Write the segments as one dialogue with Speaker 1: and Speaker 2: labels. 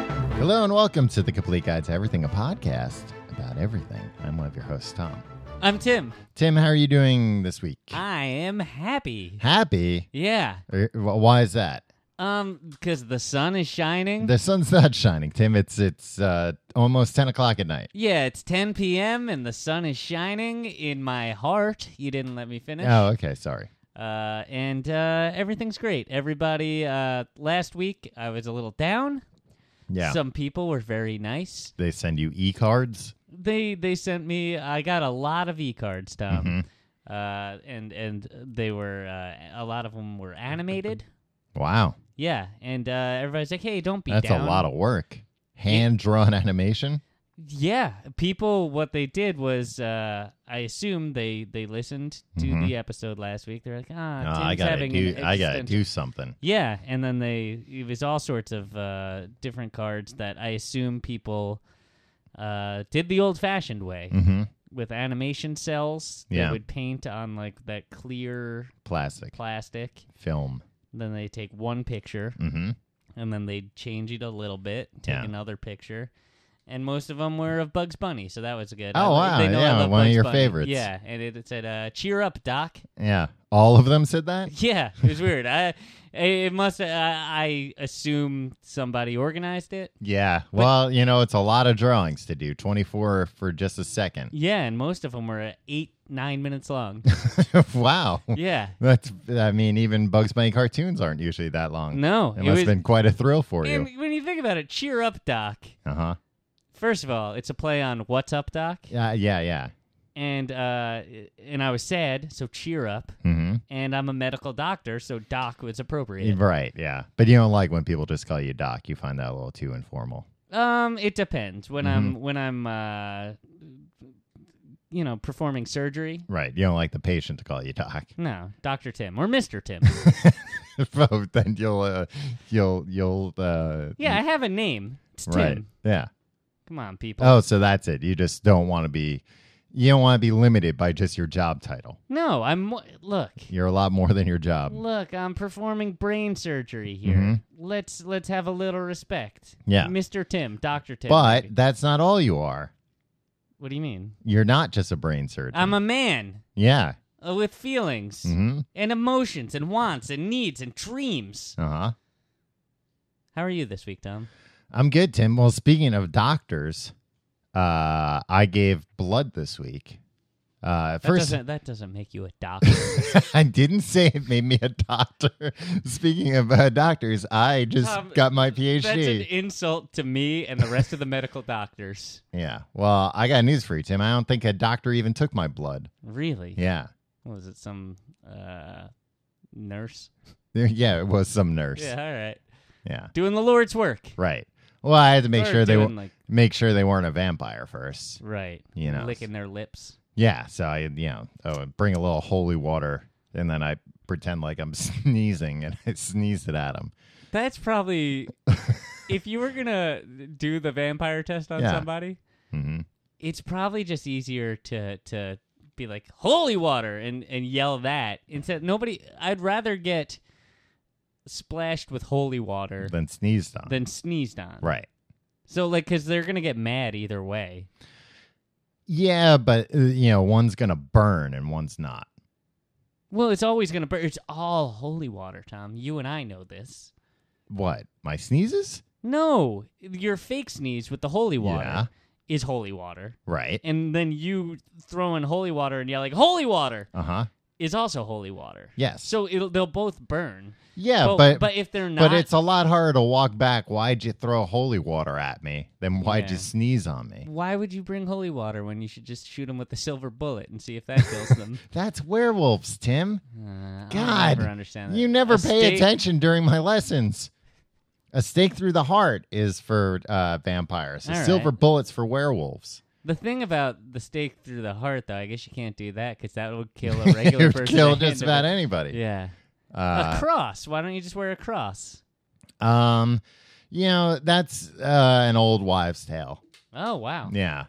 Speaker 1: and welcome to the Complete Guide to Everything, a podcast about everything. I'm one of your hosts, Tom.
Speaker 2: I'm Tim.
Speaker 1: Tim, how are you doing this week?
Speaker 2: I am happy.
Speaker 1: Happy?
Speaker 2: Yeah.
Speaker 1: Er, wh- Why is that?
Speaker 2: Um, because the sun is shining.
Speaker 1: The sun's not shining, Tim. It's it's uh, almost ten o'clock at night.
Speaker 2: yeah, it's 10 p.m. and the sun is shining in my heart. You didn't let me finish.
Speaker 1: Oh, okay. Sorry.
Speaker 2: Uh, and uh, everything's great. Everybody. Uh, last week I was a little down.
Speaker 1: Yeah.
Speaker 2: Some people were very nice.
Speaker 1: they send you e cards.
Speaker 2: They they sent me. I got a lot of e cards, Tom.
Speaker 1: Mm-hmm.
Speaker 2: Uh, and and they were uh, a lot of them were animated.
Speaker 1: Wow,
Speaker 2: Yeah, and uh, everybody's like, "Hey, don't be
Speaker 1: that's
Speaker 2: down." Uh,
Speaker 1: a lot of work. Hand drawn animation.
Speaker 2: Yeah, people. What they did was, uh, I assume they they listened to
Speaker 1: Mhm.
Speaker 2: the episode last week. They're like, ah,
Speaker 1: Uh,
Speaker 2: Tim's
Speaker 1: I gotta
Speaker 2: having
Speaker 1: do.
Speaker 2: an
Speaker 1: I gotta
Speaker 2: existential-"
Speaker 1: do something.
Speaker 2: Yeah, and then they it was all sorts of uh, different cards that I assume people uh, did the old fashioned way
Speaker 1: Mm-hmm.
Speaker 2: with animation cells.
Speaker 1: Yeah.
Speaker 2: They would paint on like that clear
Speaker 1: Plastic
Speaker 2: plastic.
Speaker 1: film.
Speaker 2: Then they take one picture
Speaker 1: Mm-hmm.
Speaker 2: and then they'd change it a little bit, take
Speaker 1: Yeah.
Speaker 2: another picture. And most of them were of Bugs Bunny, so that was good.
Speaker 1: Oh,
Speaker 2: I-
Speaker 1: wow,
Speaker 2: They know I
Speaker 1: yeah,
Speaker 2: love
Speaker 1: one of
Speaker 2: Bugs
Speaker 1: your
Speaker 2: Bunny.
Speaker 1: favorites.
Speaker 2: Yeah, and it, it said, uh, "Cheer up, Doc."
Speaker 1: Yeah, all of them said that.
Speaker 2: Yeah, it was weird. I, it must. uh, I, I assume somebody organized it.
Speaker 1: Yeah. Well, you know, it's a lot of drawings to do. 24 for just a second.
Speaker 2: Yeah, and most of them were eight, nine minutes long.
Speaker 1: wow.
Speaker 2: yeah,
Speaker 1: That's I mean, even Bugs Bunny cartoons aren't usually that long.
Speaker 2: no,
Speaker 1: It must have been quite a thrill for you.
Speaker 2: and when you think about it, "Cheer up, Doc."
Speaker 1: Uh-huh.
Speaker 2: First of all, it's a play on "What's Up, Doc,"
Speaker 1: Yeah, yeah, yeah.
Speaker 2: and uh, and I was sad, so cheer up.
Speaker 1: Mhm.
Speaker 2: and I'm a medical doctor, so doc was appropriate.
Speaker 1: Right, yeah. But you don't like when people just call you doc. You find that a little too informal.
Speaker 2: Um, it depends when
Speaker 1: Mm-hmm.
Speaker 2: I'm when I'm uh, you know performing surgery.
Speaker 1: Right. You don't like the patient to call you doc.
Speaker 2: No, Doctor Tim or Mister Tim.
Speaker 1: But then you'll uh, you'll you'll uh
Speaker 2: yeah, I have a name. It's Tim.
Speaker 1: right. Yeah.
Speaker 2: Come on, people.
Speaker 1: Oh, so that's it. You just don't want to be you don't want to be limited by just your job title.
Speaker 2: No, I'm mo- look.
Speaker 1: You're a lot more than your job.
Speaker 2: Look, I'm performing brain surgery here.
Speaker 1: Mhm.
Speaker 2: Let's let's have a little respect.
Speaker 1: Yeah.
Speaker 2: Mr. Tim, Dr. Tim.
Speaker 1: But
Speaker 2: maybe.
Speaker 1: that's not all you are.
Speaker 2: what do you mean?
Speaker 1: You're not just a brain surgeon.
Speaker 2: I'm a man
Speaker 1: yeah.
Speaker 2: uh, with feelings
Speaker 1: Mm-hmm.
Speaker 2: and emotions and wants and needs and dreams.
Speaker 1: Uh huh.
Speaker 2: How are you this week, Tom?
Speaker 1: I'm good, Tim. Well, speaking of doctors, uh, I gave blood this week. Uh, at
Speaker 2: That
Speaker 1: first,
Speaker 2: doesn't, that doesn't make you a doctor.
Speaker 1: I didn't say it made me a doctor. Speaking of uh, doctors, I just
Speaker 2: Um,
Speaker 1: got my
Speaker 2: That's an e-
Speaker 1: PhD.
Speaker 2: insult to me and the rest of the medical doctors.
Speaker 1: yeah. Well, I got news for you, Tim. I don't think a doctor even took my blood.
Speaker 2: Really?
Speaker 1: Yeah.
Speaker 2: What was it some uh, nurse?
Speaker 1: Yeah, it was some nurse.
Speaker 2: Yeah, all right.
Speaker 1: Yeah.
Speaker 2: Doing the Lord's work.
Speaker 1: Right. Well, I had to make
Speaker 2: Or
Speaker 1: sure they
Speaker 2: doing,
Speaker 1: were
Speaker 2: like
Speaker 1: make sure they weren't a vampire first.
Speaker 2: right,
Speaker 1: You know,
Speaker 2: licking their lips.
Speaker 1: Yeah, so I, you know, oh, and bring a little holy water, and then I pretend like I'm sneezing, and I sneezed it at him.
Speaker 2: That's probably if you were gonna do the vampire test on
Speaker 1: Yeah.
Speaker 2: somebody.
Speaker 1: hmm
Speaker 2: It's probably just easier to to be like holy water and and yell that instead. Nobody. I'd rather get splashed with holy water
Speaker 1: Then sneezed on.
Speaker 2: than sneezed on.
Speaker 1: right.
Speaker 2: So like, because they're gonna get mad either way.
Speaker 1: Yeah, but uh, you know, one's gonna burn and one's not.
Speaker 2: Well, it's always gonna burn. It's all holy water, Tom. You and I know this.
Speaker 1: What? My sneezes?
Speaker 2: No, your fake sneeze with the holy water
Speaker 1: Yeah.
Speaker 2: is holy water,
Speaker 1: Right.
Speaker 2: and then you throw in holy water and yelling "holy water"
Speaker 1: Uh huh.
Speaker 2: is also holy water.
Speaker 1: Yes.
Speaker 2: So it'll, they'll both burn.
Speaker 1: yeah,
Speaker 2: but,
Speaker 1: but but,
Speaker 2: if they're not,
Speaker 1: it's a lot harder to walk back. Why'd you throw holy water at me? Than why'd you
Speaker 2: Yeah.
Speaker 1: sneeze on me?
Speaker 2: why would you bring holy water when you should just shoot them with a silver bullet and see if that kills them?
Speaker 1: That's werewolves, Tim.
Speaker 2: Uh, I'll
Speaker 1: God,
Speaker 2: never understand that.
Speaker 1: You never
Speaker 2: A
Speaker 1: pay
Speaker 2: steak-
Speaker 1: attention during my lessons. A stake through the heart is for uh, vampires. A
Speaker 2: All right.
Speaker 1: silver bullets for werewolves.
Speaker 2: The thing about the stake through the heart, though, I guess you can't do that because that would kill a regular
Speaker 1: It
Speaker 2: person.
Speaker 1: would kill
Speaker 2: at the
Speaker 1: just
Speaker 2: end of
Speaker 1: about
Speaker 2: it.
Speaker 1: anybody.
Speaker 2: Yeah. a
Speaker 1: Uh,
Speaker 2: cross. Why don't you just wear a cross?
Speaker 1: um, you know that's uh, an old wives' tale.
Speaker 2: Oh wow.
Speaker 1: Yeah,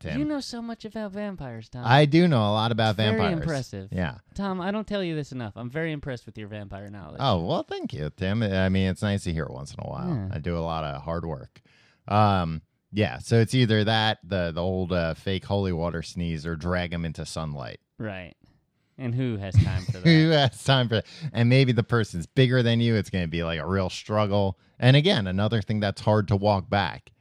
Speaker 1: Tim.
Speaker 2: You know so much about vampires, Tom.
Speaker 1: I do know a lot about
Speaker 2: It's very
Speaker 1: vampires.
Speaker 2: impressive.
Speaker 1: Yeah.
Speaker 2: Tom, I don't tell you this enough. I'm very impressed with your vampire knowledge.
Speaker 1: Oh well, thank you, Tim. I mean, it's nice to hear once in a while.
Speaker 2: Yeah.
Speaker 1: I do a lot of hard work. Um, yeah, so it's either that the the old uh, fake holy water sneeze or drag him into sunlight.
Speaker 2: Right. And who has time for
Speaker 1: Who
Speaker 2: that?
Speaker 1: has time for that? And maybe the person's bigger than you. It's going to be like a real struggle. And again, another thing that's hard to walk back.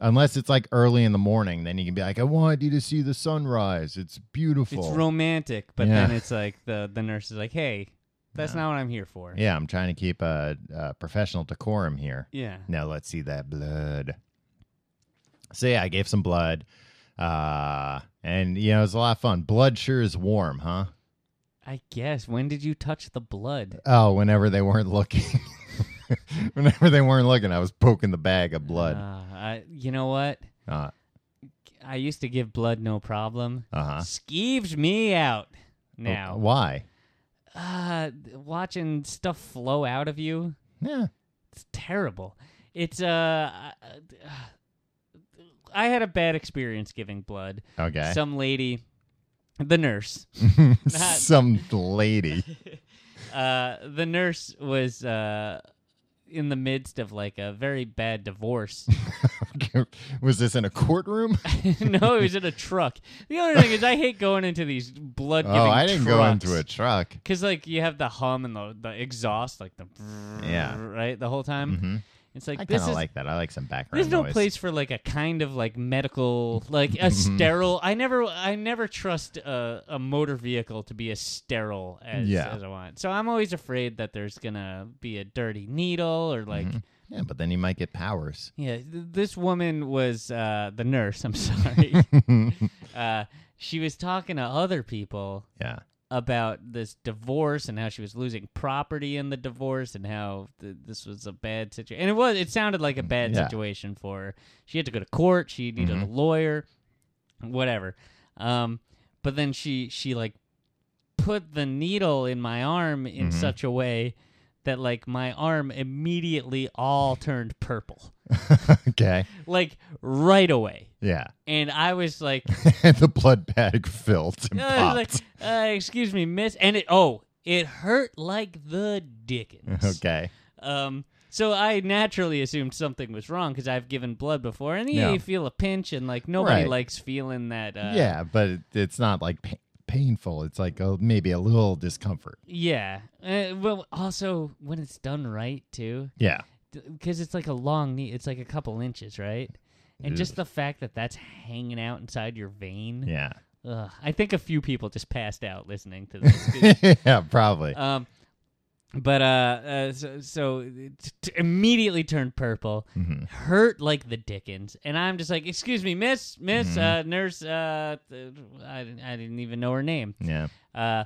Speaker 1: Unless it's like early in the morning, then you can be like, I want you to see the sunrise. It's beautiful.
Speaker 2: it's romantic, but
Speaker 1: Yeah.
Speaker 2: then it's like the the nurse is like, "Hey, that's not what I'm here for."
Speaker 1: yeah, I'm trying to keep a, a professional decorum here.
Speaker 2: Yeah.
Speaker 1: Now let's see that blood. So yeah, I gave some blood. Uh, and you know, it was a lot of fun. Blood sure is warm, huh?
Speaker 2: I guess. When did you touch the blood?
Speaker 1: Oh, whenever they weren't looking. whenever they weren't looking, I was poking the bag of blood.
Speaker 2: Uh, I, you know what?
Speaker 1: Uh
Speaker 2: I used to give blood no problem.
Speaker 1: huh. Oh,
Speaker 2: Skeeved me out. Now,
Speaker 1: Why?
Speaker 2: uh, watching stuff flow out of you,
Speaker 1: Yeah.
Speaker 2: it's terrible. It's uh, uh, I had a bad experience giving blood.
Speaker 1: Okay.
Speaker 2: Some lady, the nurse,
Speaker 1: Some lady.
Speaker 2: uh, the nurse was uh, in the midst of like a very bad divorce.
Speaker 1: was this in a courtroom?
Speaker 2: no, it was in a truck. The other thing is, I hate going into these blood.
Speaker 1: oh, I didn't go into a truck.
Speaker 2: because like you have the hum and the, the exhaust, like the
Speaker 1: Yeah.
Speaker 2: right the whole time.
Speaker 1: hmm
Speaker 2: It's Mm-hmm.
Speaker 1: I
Speaker 2: like
Speaker 1: kind
Speaker 2: this
Speaker 1: of
Speaker 2: is
Speaker 1: like that. I like some background
Speaker 2: there's no
Speaker 1: noise.
Speaker 2: place for like a kind of like medical like a
Speaker 1: Mm-hmm.
Speaker 2: sterile. I never I never trust a, a motor vehicle to be as sterile as,
Speaker 1: Yeah.
Speaker 2: as I want. So I'm always afraid that there's gonna be a dirty needle or like
Speaker 1: Mm-hmm. Yeah, but then you might get powers.
Speaker 2: yeah. th- This woman was uh, the nurse. I'm sorry. uh, she was talking to other people
Speaker 1: Yeah.
Speaker 2: about this divorce and how she was losing property in the divorce and how th- this was a bad situation. And it was it sounded like a bad
Speaker 1: Yeah.
Speaker 2: situation for her. She had to go to court, she needed a lawyer, whatever. Um but then she she like put the needle in my arm in such a way that like my arm immediately all turned purple.
Speaker 1: okay.
Speaker 2: Like right away.
Speaker 1: Yeah.
Speaker 2: And I was like
Speaker 1: and the blood bag filled and
Speaker 2: Uh, I was
Speaker 1: popped.
Speaker 2: like, uh, excuse me, miss. And it, oh, it hurt like the dickens.
Speaker 1: okay.
Speaker 2: Um, so I naturally assumed something was wrong because I've given blood before, and
Speaker 1: Yeah.
Speaker 2: you feel a pinch, and like nobody
Speaker 1: Right.
Speaker 2: likes feeling that. Uh,
Speaker 1: yeah, but it, it's not like pa- painful. It's like a, maybe a little discomfort.
Speaker 2: Yeah. Uh, well, also when it's done right too,
Speaker 1: Yeah.
Speaker 2: because it's like a long knee. It's like a couple inches, right? And just the fact that that's hanging out inside your vein.
Speaker 1: Yeah.
Speaker 2: Ugh, I think a few people just passed out listening to this. 'cause
Speaker 1: yeah, probably.
Speaker 2: Um, but uh, uh so, so it t- immediately turned purple, hurt like the dickens, and I'm just like, "Excuse me, miss, miss, uh, nurse, uh, th- I didn't, I didn't even know her name."
Speaker 1: yeah.
Speaker 2: Uh,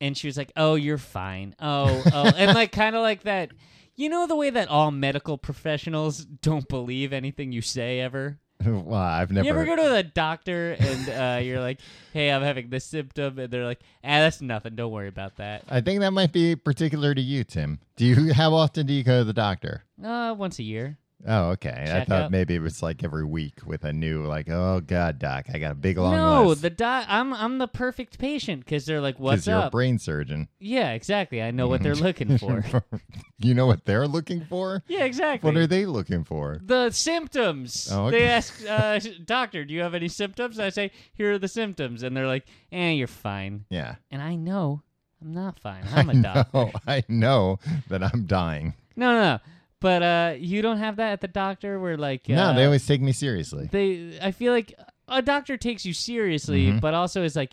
Speaker 2: and she was like, "Oh, you're fine." Oh, oh, and like kind of like that. You know the way that all medical professionals don't believe anything you say ever.
Speaker 1: well, I've never.
Speaker 2: You ever go to the doctor and uh, you're like, "Hey, I'm having this symptom," and they're like, "Ah, that's nothing. Don't worry about that."
Speaker 1: I think that might be particular to you, Tim. Do you? How often do you go to the doctor?
Speaker 2: Uh, once a year.
Speaker 1: Oh, okay. I
Speaker 2: Check
Speaker 1: thought
Speaker 2: up.
Speaker 1: maybe it was like every week with a new, like, oh god, doc, I got a big long
Speaker 2: no,
Speaker 1: list.
Speaker 2: the doc. I'm I'm the perfect patient because they're like,
Speaker 1: because
Speaker 2: "What's
Speaker 1: you're a Mm-hmm.
Speaker 2: up?"
Speaker 1: brain surgeon.
Speaker 2: yeah, exactly. I know what they're looking for.
Speaker 1: you know what they're looking for?
Speaker 2: yeah, exactly.
Speaker 1: What are they looking for?
Speaker 2: the symptoms?
Speaker 1: Oh, okay.
Speaker 2: They ask, uh, "Doctor, do you have any symptoms?" I say, "Here are the symptoms," and they're like, "Eh, you're fine."
Speaker 1: Yeah.
Speaker 2: And I know I'm not fine. I'm a
Speaker 1: No,
Speaker 2: doctor.
Speaker 1: I know that I'm dying.
Speaker 2: No, no, no. But uh, you don't have that at the doctor where like uh,
Speaker 1: No, they always take me seriously.
Speaker 2: they i feel like a doctor takes you seriously
Speaker 1: Mm-hmm.
Speaker 2: but also is like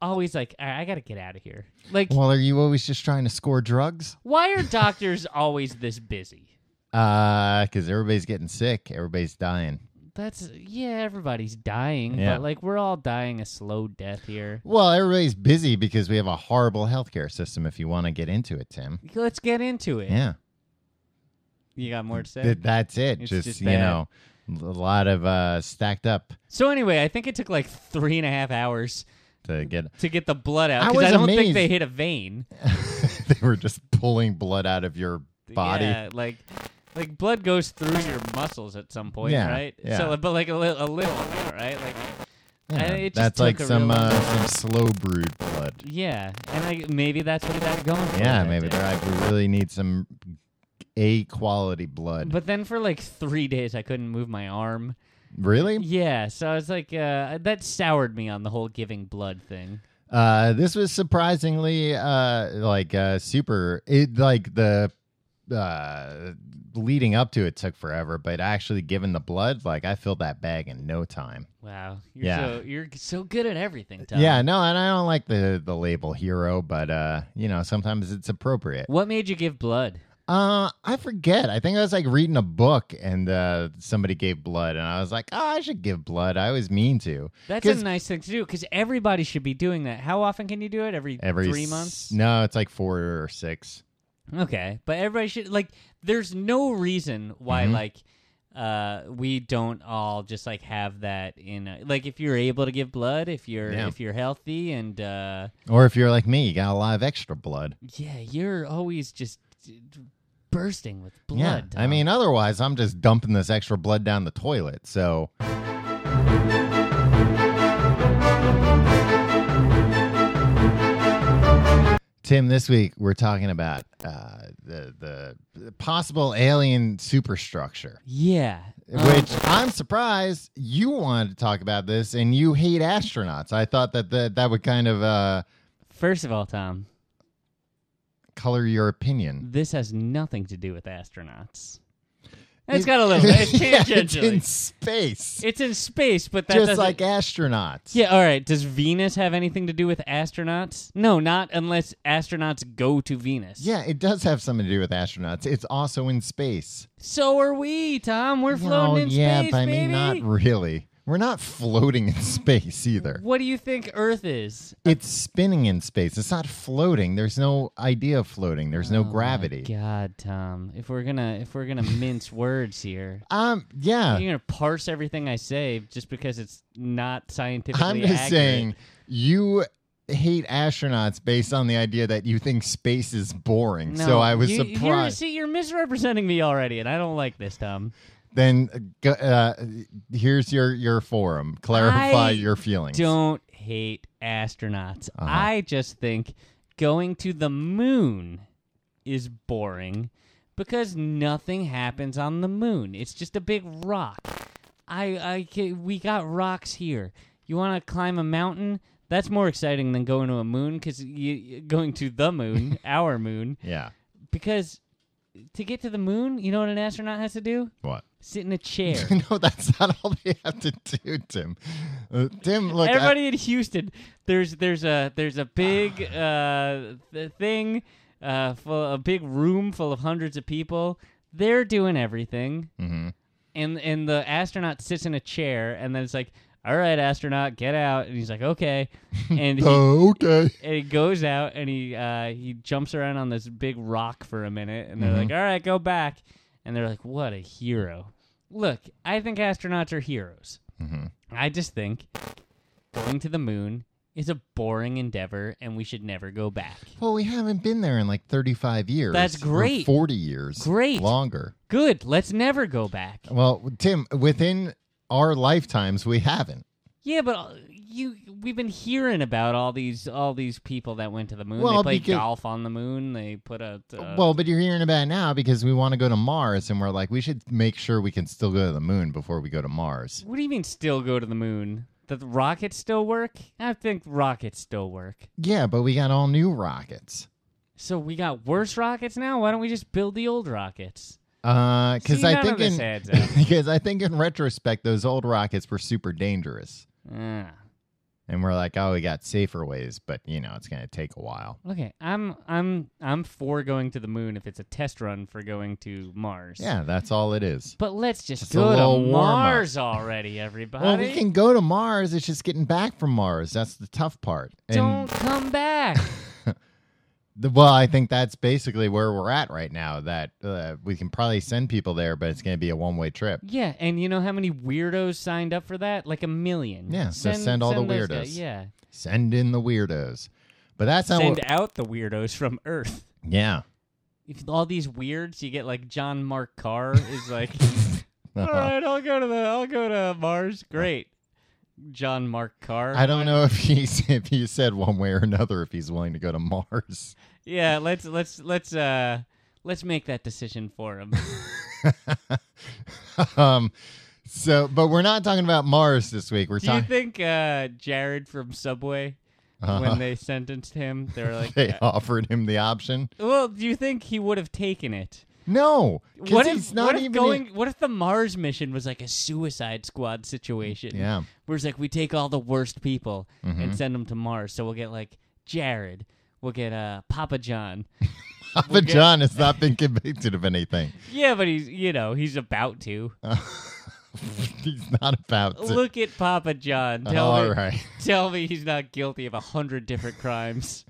Speaker 2: always like "All right, i gotta get out of here like
Speaker 1: Well, are you always just trying to score drugs?
Speaker 2: why are doctors always this busy
Speaker 1: Uh, because everybody's getting sick, everybody's dying.
Speaker 2: that's yeah everybody's dying
Speaker 1: Yeah.
Speaker 2: but like we're all dying a slow death here
Speaker 1: Well, everybody's busy because we have a horrible healthcare system. If you want to get into it, Tim.
Speaker 2: let's get into it
Speaker 1: Yeah,
Speaker 2: you got more to say
Speaker 1: Th- that's it.
Speaker 2: It's
Speaker 1: Just,
Speaker 2: just
Speaker 1: you
Speaker 2: bad.
Speaker 1: know, a lot of uh stacked up
Speaker 2: so anyway i think it took like three and a half hours
Speaker 1: to get.
Speaker 2: to get the blood out
Speaker 1: I
Speaker 2: because I,
Speaker 1: was
Speaker 2: don't think
Speaker 1: amazed.
Speaker 2: they hit a vein
Speaker 1: they were just pulling blood out of your body.
Speaker 2: Yeah, like like blood goes through your muscles at some point,
Speaker 1: Yeah,
Speaker 2: right?
Speaker 1: yeah.
Speaker 2: So, but like a, li- a little, amount, right? Like,
Speaker 1: Yeah,
Speaker 2: I- it just
Speaker 1: that's
Speaker 2: took
Speaker 1: like
Speaker 2: a
Speaker 1: some
Speaker 2: real-
Speaker 1: uh, some slow brewed blood.
Speaker 2: yeah, and like maybe that's what they're going for.
Speaker 1: Yeah,
Speaker 2: that
Speaker 1: maybe
Speaker 2: day.
Speaker 1: they're like, we really need some A quality blood.
Speaker 2: But then for like three days, I couldn't move my arm.
Speaker 1: really?
Speaker 2: Yeah, so I was like, uh, that soured me on the whole giving blood thing.
Speaker 1: Uh, this was surprisingly uh like uh super. It like the uh leading up to it took forever, but actually giving the blood, like I filled that bag in no time.
Speaker 2: Wow, you're
Speaker 1: Yeah.
Speaker 2: so you're so good at everything, Tom.
Speaker 1: Yeah, no, and I don't like the the label hero, but uh, you know, sometimes it's appropriate.
Speaker 2: What made you give blood?
Speaker 1: Uh, I forget. I think I was like reading a book and uh, somebody gave blood, and I was like, oh, I should give blood. I always mean to.
Speaker 2: That's a
Speaker 1: 'Cause-
Speaker 2: nice thing to do because everybody should be doing that. How often can you do it? Every,
Speaker 1: Every
Speaker 2: three
Speaker 1: s-
Speaker 2: months?
Speaker 1: No, it's like four or six.
Speaker 2: Okay, but everybody should like. There's no reason why
Speaker 1: Mhm.
Speaker 2: like uh we don't all just like have that in a, like if you're able to give blood if you're
Speaker 1: Yeah.
Speaker 2: if you're healthy and uh
Speaker 1: Or if you're like me, you got a lot of extra blood.
Speaker 2: yeah you're always just d- d- bursting with blood
Speaker 1: yeah, I
Speaker 2: Tom.
Speaker 1: mean, otherwise, I'm just dumping this extra blood down the toilet. So, Tim, this week we're talking about uh, the, the the possible alien superstructure.
Speaker 2: yeah Uh,
Speaker 1: Which I'm surprised you wanted to talk about this and you hate astronauts. I thought that that, that would kind of uh,
Speaker 2: first of all tom
Speaker 1: color your opinion.
Speaker 2: this has nothing to do with astronauts it's
Speaker 1: It-
Speaker 2: got a little it's
Speaker 1: Yeah,
Speaker 2: tangentially
Speaker 1: it's in space.
Speaker 2: space but that
Speaker 1: just
Speaker 2: doesn't-
Speaker 1: like astronauts.
Speaker 2: Yeah, all right. Does Venus have anything to do with astronauts? No, not unless astronauts go to Venus.
Speaker 1: Yeah, it does have something to do with astronauts. It's also in space.
Speaker 2: So are we, Tom. We're floating
Speaker 1: oh,
Speaker 2: in
Speaker 1: yeah,
Speaker 2: space,
Speaker 1: but I
Speaker 2: baby.
Speaker 1: mean, not really. We're not floating in space either.
Speaker 2: What do you think Earth is?
Speaker 1: It's spinning in space. It's not floating. There's no idea of floating. There's no
Speaker 2: Oh my
Speaker 1: gravity.
Speaker 2: God, Tom. If we're gonna if we're gonna mince words here,
Speaker 1: Um, yeah.
Speaker 2: you're gonna parse everything I say just because it's not scientifically
Speaker 1: I'm just
Speaker 2: accurate.
Speaker 1: saying you hate astronauts based on the idea that you think space is boring.
Speaker 2: No,
Speaker 1: so I was
Speaker 2: you- You're,
Speaker 1: surprised.
Speaker 2: see, you're misrepresenting me already, and I don't like this, Tom.
Speaker 1: then uh, go- uh, here's your your forum. Clarify
Speaker 2: I
Speaker 1: your feelings.
Speaker 2: Don't hate astronauts.
Speaker 1: Uh-huh.
Speaker 2: I just think going to the moon is boring because nothing happens on the moon. It's just a big rock. I, I ca- we got rocks here. You want to climb a mountain? That's more exciting than going to a moon because you going to the moon, our moon,
Speaker 1: Yeah.
Speaker 2: because to get to the moon, you know what an astronaut has to do?
Speaker 1: What?
Speaker 2: Sit in a chair.
Speaker 1: no, that's not all they have to do, Tim. Uh, Tim, look. I-
Speaker 2: Everybody in Houston, there's there's a there's a big uh, th- thing, uh, full, a big room full of hundreds of people. They're doing everything,
Speaker 1: Mhm.
Speaker 2: and and the astronaut sits in a chair, and then it's like, all right, astronaut, get out, and he's like, okay, and he, and
Speaker 1: Oh, okay.
Speaker 2: he goes out and he uh, he jumps around on this big rock for a minute, and they're
Speaker 1: Mhm.
Speaker 2: like, all right, go back, and they're like, what a hero. Look, I think astronauts are heroes.
Speaker 1: hmm
Speaker 2: I just think going to the moon is a boring endeavor and we should never go back.
Speaker 1: Well, we haven't been there in like 35 years.
Speaker 2: That's
Speaker 1: or
Speaker 2: great.
Speaker 1: 40 years.
Speaker 2: Great.
Speaker 1: Longer.
Speaker 2: Good, let's never go back.
Speaker 1: Well, Tim, within our lifetimes, we haven't.
Speaker 2: Yeah, but uh, you we've been hearing about all these all these people that went to the moon.
Speaker 1: Well,
Speaker 2: they played
Speaker 1: because-
Speaker 2: golf on the moon. They put a uh,
Speaker 1: well, but you're hearing about it now because we want to go to Mars, and we're like, we should make sure we can still go to the moon before we go to Mars.
Speaker 2: What do you mean still go to the moon? That the rockets still work? I think rockets still work.
Speaker 1: Yeah, but we got all new rockets.
Speaker 2: So we got worse rockets now. Why don't we just build the old rockets?
Speaker 1: Because
Speaker 2: See, none
Speaker 1: Uh, I
Speaker 2: of
Speaker 1: think
Speaker 2: this
Speaker 1: in
Speaker 2: adds up.
Speaker 1: because I think in retrospect, those old rockets were super dangerous,
Speaker 2: Ah.
Speaker 1: and we're like, oh, we got safer ways, but you know, it's gonna take a while.
Speaker 2: Okay, I'm I'm I'm for going to the moon if it's a test run for going to Mars.
Speaker 1: Yeah, that's all it is.
Speaker 2: But let's just,
Speaker 1: Just a
Speaker 2: go
Speaker 1: little
Speaker 2: to
Speaker 1: warm-up.
Speaker 2: Mars already, everybody.
Speaker 1: Well, we can go to Mars. It's just getting back from Mars. That's the tough part. And
Speaker 2: Don't come back.
Speaker 1: The, well, I think that's basically where we're at right now. That uh, we can probably send people there, but it's going to be a one-way trip.
Speaker 2: yeah, and you know how many weirdos signed up for that? Like a million.
Speaker 1: Yeah, so send all the
Speaker 2: those guys-
Speaker 1: weirdos.
Speaker 2: Yeah.
Speaker 1: Send in the weirdos, but that's not.
Speaker 2: Send
Speaker 1: What,
Speaker 2: out the weirdos from Earth.
Speaker 1: yeah.
Speaker 2: If all these weirds, you get like John Mark Carr is like, all right, I'll go to the I'll go to Mars. Great, John Mark Carr.
Speaker 1: I don't know if he's if he said one way or another if he's willing to go to Mars.
Speaker 2: Yeah, let's let's let's uh let's make that decision for him.
Speaker 1: um, so, but we're not talking about Mars this week. We're
Speaker 2: Do you
Speaker 1: talking.
Speaker 2: think uh, Jared from Subway,
Speaker 1: Uh-huh.
Speaker 2: when they sentenced him, they were like,
Speaker 1: they offered him the option.
Speaker 2: "Well, do you think he would have taken it?
Speaker 1: No,
Speaker 2: What
Speaker 1: because
Speaker 2: if
Speaker 1: he's not
Speaker 2: what if
Speaker 1: even.
Speaker 2: going? What if the Mars mission was like a Suicide Squad situation?
Speaker 1: Yeah. Mm-hmm.
Speaker 2: where it's like we take all the worst people and send them to Mars, so we'll get like Jared, we'll get uh, Papa John.
Speaker 1: Papa
Speaker 2: We'll get-
Speaker 1: John has not been convicted of anything.
Speaker 2: yeah, but he's you know he's about to
Speaker 1: he's not about to.
Speaker 2: look at Papa John. Tell
Speaker 1: All
Speaker 2: me,
Speaker 1: right.
Speaker 2: tell me he's not guilty of a hundred different crimes.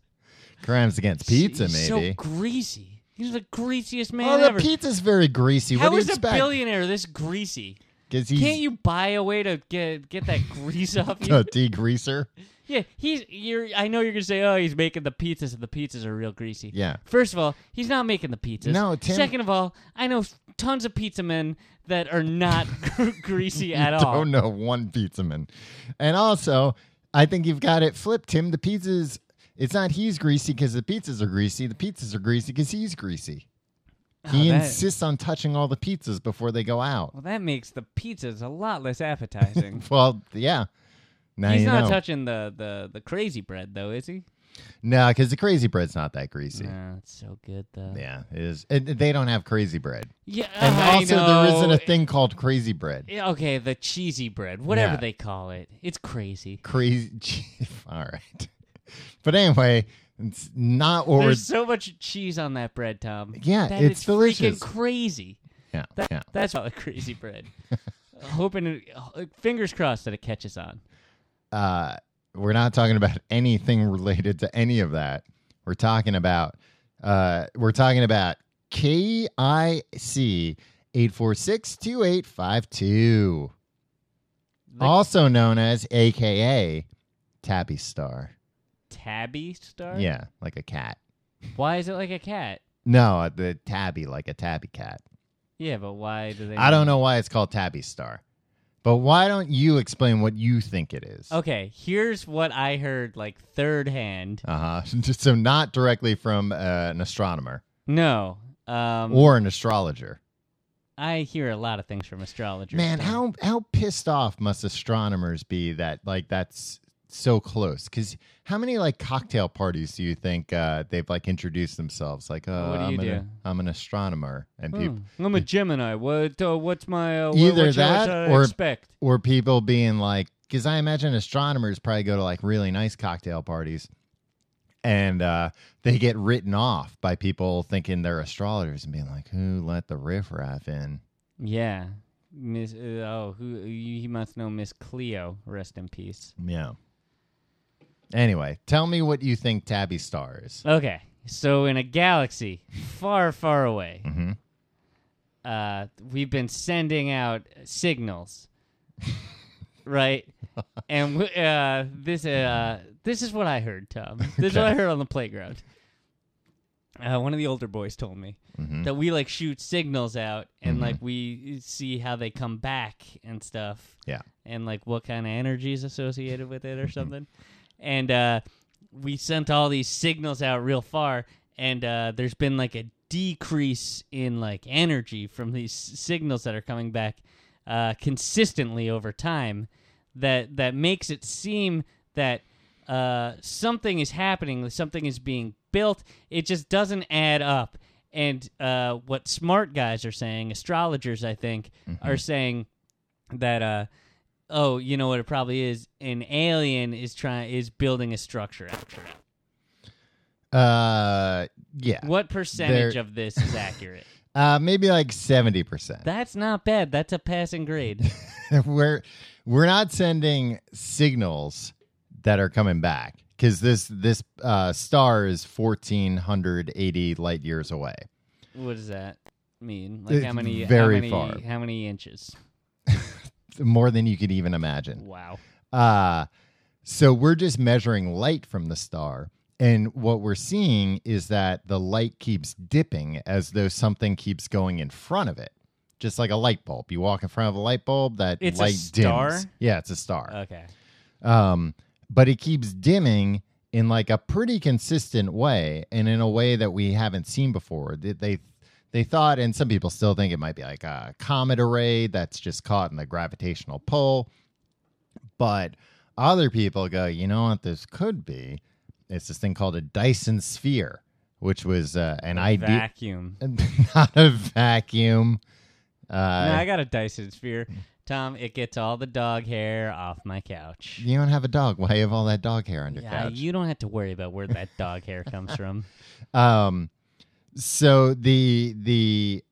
Speaker 1: Crimes against pizza,
Speaker 2: He's
Speaker 1: maybe.
Speaker 2: So greasy. He's the greasiest man
Speaker 1: Oh,
Speaker 2: ever.
Speaker 1: the pizza's very greasy.
Speaker 2: How
Speaker 1: what do
Speaker 2: is
Speaker 1: you
Speaker 2: a
Speaker 1: expect?
Speaker 2: billionaire this greasy?
Speaker 1: Because he's
Speaker 2: Can't you buy a way to get get that grease off you?
Speaker 1: a degreaser.
Speaker 2: Yeah, he's. You're. I know you're gonna say, "Oh, he's making the pizzas, and the pizzas are real greasy."
Speaker 1: Yeah.
Speaker 2: First of all, he's not making the pizzas.
Speaker 1: No, Tim-
Speaker 2: Second of all, I know tons of pizza men that are not greasy at
Speaker 1: Don't
Speaker 2: all.
Speaker 1: know one pizza man. And also, I think you've got it flipped, Tim. The pizzas. It's not he's greasy because the pizzas are greasy. The pizzas are greasy because he's greasy. He
Speaker 2: that-
Speaker 1: insists on touching all the pizzas before they go out.
Speaker 2: Well, that makes the pizzas a lot less appetizing.
Speaker 1: Well, yeah. Now
Speaker 2: he's
Speaker 1: you
Speaker 2: not
Speaker 1: know.
Speaker 2: touching the, the the crazy bread though, is he?
Speaker 1: no, because the crazy bread's not that greasy.
Speaker 2: Nah, it's so good though.
Speaker 1: Yeah, it is. And they don't have crazy bread.
Speaker 2: Yeah,
Speaker 1: And
Speaker 2: I
Speaker 1: also,
Speaker 2: know.
Speaker 1: there isn't a thing called crazy bread.
Speaker 2: Yeah, Okay, the cheesy bread, whatever
Speaker 1: Yeah.
Speaker 2: they call it, it's crazy.
Speaker 1: Crazy. All right. But anyway, it's not what we're.
Speaker 2: There's so much cheese on that bread, Tom.
Speaker 1: Yeah,
Speaker 2: that
Speaker 1: it's
Speaker 2: is
Speaker 1: delicious.
Speaker 2: freaking crazy.
Speaker 1: Yeah,
Speaker 2: That,
Speaker 1: yeah.
Speaker 2: That's all the crazy bread. Hoping, it, uh, fingers crossed that it catches on.
Speaker 1: Uh, we're not talking about anything related to any of that. We're talking about. Uh, we're talking about KIC eight four six two eight five two,
Speaker 2: Like
Speaker 1: also known as AKA Tabby Star.
Speaker 2: tabby star.
Speaker 1: Yeah, like a cat.
Speaker 2: Why is it like a cat?
Speaker 1: No, uh, the tabby, like a tabby cat.
Speaker 2: Yeah, but why do they?
Speaker 1: I don't know why it's called Tabby Star, but why don't you explain what you think it is?
Speaker 2: Okay, here's what I heard like third hand.
Speaker 1: Uh huh. so not directly from uh, an astronomer
Speaker 2: No, um,
Speaker 1: or an astrologer.
Speaker 2: I hear a lot of things from astrologers.
Speaker 1: Man,
Speaker 2: Tom.
Speaker 1: how how pissed off must astronomers be that like that's so close? Because how many like cocktail parties do you think uh, they've like introduced themselves? Like, uh,
Speaker 2: What do
Speaker 1: I'm,
Speaker 2: you
Speaker 1: an,
Speaker 2: do?
Speaker 1: I'm an astronomer, and people
Speaker 2: Hmm, I'm a Gemini. What? Uh, what's my uh, wh-
Speaker 1: Either
Speaker 2: what should I-
Speaker 1: that
Speaker 2: should I
Speaker 1: or-
Speaker 2: expect?
Speaker 1: or people being like because i imagine astronomers probably go to like really nice cocktail parties and uh, they get written off by people thinking they're astrologers and being like who let the riffraff in
Speaker 2: Yeah. Miss uh, oh who you, he must know Miss Cleo rest in peace.
Speaker 1: yeah anyway tell me what you think tabby star is
Speaker 2: Okay. So in a galaxy far far away,
Speaker 1: Mhm.
Speaker 2: uh we've been sending out signals. right? And w- uh this uh this is what I heard, Tom. This is what I heard on the playground. Uh, one of the older boys told me
Speaker 1: Mhm.
Speaker 2: that we like shoot signals out and like we see how they come back and stuff.
Speaker 1: yeah
Speaker 2: and like what kind of energy is associated with it or something. and uh, we sent all these signals out real far, and uh, there's been like a decrease in like energy from these s- signals that are coming back uh, consistently over time. That that makes it seem that uh, something is happening, that something is being built. It just doesn't add up. And uh, what smart guys are saying, astrologers, I think,
Speaker 1: mm-hmm.
Speaker 2: are saying that uh oh you know what it probably is an alien is trying is building a structure
Speaker 1: uh yeah
Speaker 2: what percentage
Speaker 1: There-
Speaker 2: of this is accurate
Speaker 1: uh maybe like 70%
Speaker 2: that's not bad that's a passing grade
Speaker 1: we're we're not sending signals that are coming back because this this uh, star is fourteen hundred eighty light years away.
Speaker 2: what does that mean like
Speaker 1: It's
Speaker 2: how many
Speaker 1: very
Speaker 2: how many,
Speaker 1: far.
Speaker 2: how many inches
Speaker 1: More than you could even imagine.
Speaker 2: wow
Speaker 1: Uh, so we're just measuring light from the star. And what we're seeing is that the light keeps dipping as though something keeps going in front of it. Just like a light bulb. You walk in front of a light bulb, that
Speaker 2: It's a
Speaker 1: light
Speaker 2: star?
Speaker 1: dims. Yeah, it's a star.
Speaker 2: okay
Speaker 1: um, but it keeps dimming in like a pretty consistent way and in a way that we haven't seen before. They, they they thought, and some people still think it might be like a comet array that's just caught in the gravitational pull. But other people go, you know what this could be? It's this thing called a Dyson sphere, which was uh, an idea, Uh,
Speaker 2: vacuum.
Speaker 1: not a vacuum. Uh,
Speaker 2: no, I got a Dyson sphere. Tom, it gets all the dog hair off my couch.
Speaker 1: you don't have a dog. Why you have all that dog hair on your
Speaker 2: Yeah,
Speaker 1: couch?
Speaker 2: you don't have to worry about where that dog hair comes from.
Speaker 1: Um, so the the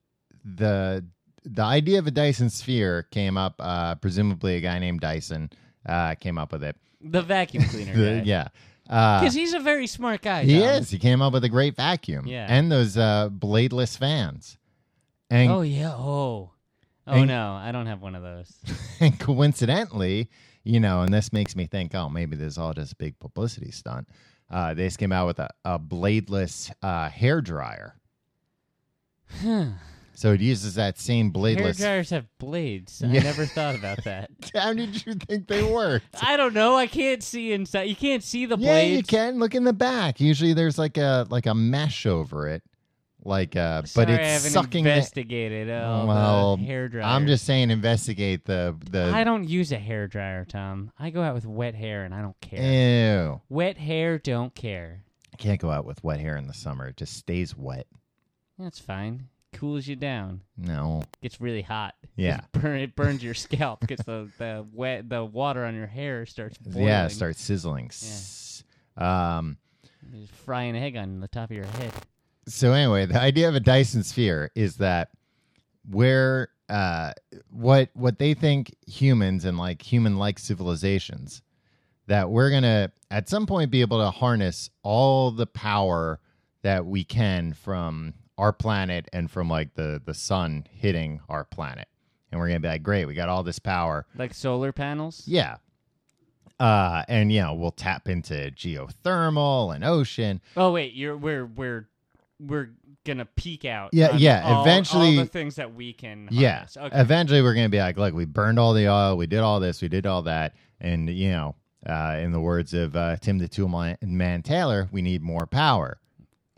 Speaker 1: the the idea of a Dyson sphere came up. Uh, presumably, a guy named Dyson uh, came up with it.
Speaker 2: The vacuum cleaner
Speaker 1: The-
Speaker 2: guy.
Speaker 1: yeah, uh,
Speaker 2: Because he's a very smart guy.
Speaker 1: he
Speaker 2: Tom.
Speaker 1: is. He came up with a great vacuum.
Speaker 2: Yeah.
Speaker 1: and those uh, bladeless fans. And,
Speaker 2: Oh yeah. Oh. Oh
Speaker 1: And-
Speaker 2: no, I don't have one of those.
Speaker 1: and coincidentally, you know, and this makes me think, oh, maybe this is all just a big publicity stunt. Uh, they just came out with a, a bladeless uh, hair dryer. So it uses that same
Speaker 2: hair
Speaker 1: bladeless
Speaker 2: dryers have blades.
Speaker 1: Yeah.
Speaker 2: I never thought about that.
Speaker 1: How did you think they worked?
Speaker 2: I don't know. I can't see inside. You can't see the
Speaker 1: yeah,
Speaker 2: blades.
Speaker 1: you can look in the back. Usually, there's like a like a mesh over it, like uh, but
Speaker 2: Sorry, I
Speaker 1: it's
Speaker 2: haven't
Speaker 1: sucking. the-
Speaker 2: investigated. oh,
Speaker 1: Well,
Speaker 2: the hair dryer.
Speaker 1: I'm just saying, investigate the
Speaker 2: I
Speaker 1: the.
Speaker 2: don't use a hair dryer, Tom. I go out with wet hair, and I don't care.
Speaker 1: Eh. Ew!
Speaker 2: Wet hair, don't care.
Speaker 1: I can't go out with wet hair in the summer. It just stays wet.
Speaker 2: That's fine. Cools you down.
Speaker 1: No.
Speaker 2: Gets really hot.
Speaker 1: Yeah.
Speaker 2: It, burn, it burns your scalp because the, the wet the water on your hair starts boiling.
Speaker 1: Yeah, it starts sizzling. S- Um.
Speaker 2: You're just frying egg on the top of your head.
Speaker 1: so anyway, the idea of a Dyson sphere is that where uh, what what they think humans and like human like civilizations that we're gonna at some point be able to harness all the power that we can from our planet and from like the the sun hitting our planet, and we're gonna be like, great, we got all this power,
Speaker 2: Like solar panels?
Speaker 1: yeah. Uh, and you know we'll tap into geothermal and ocean,
Speaker 2: Oh wait, you're we're we're we're gonna peek out.
Speaker 1: Yeah,
Speaker 2: on
Speaker 1: yeah,
Speaker 2: all- all
Speaker 1: eventually-
Speaker 2: the things that we can.
Speaker 1: Yeah.
Speaker 2: Harness. Okay.
Speaker 1: Eventually, we're going to be like, look, we burned all the oil, we did all this, we did all that, and you know, uh, in the words of uh, Tim the Tool Man, Man Taylor, we need more power.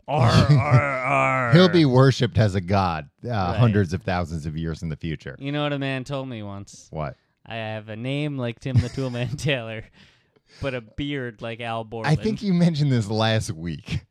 Speaker 2: Arr, arr, arr.
Speaker 1: He'll be worshipped as a god uh,
Speaker 2: Right.
Speaker 1: hundreds of thousands of years in the future.
Speaker 2: You know what a man told me once?
Speaker 1: What?
Speaker 2: I have a name like Tim the Toolman Taylor, but a beard like Al
Speaker 1: I
Speaker 2: Borland.
Speaker 1: think you mentioned this last week.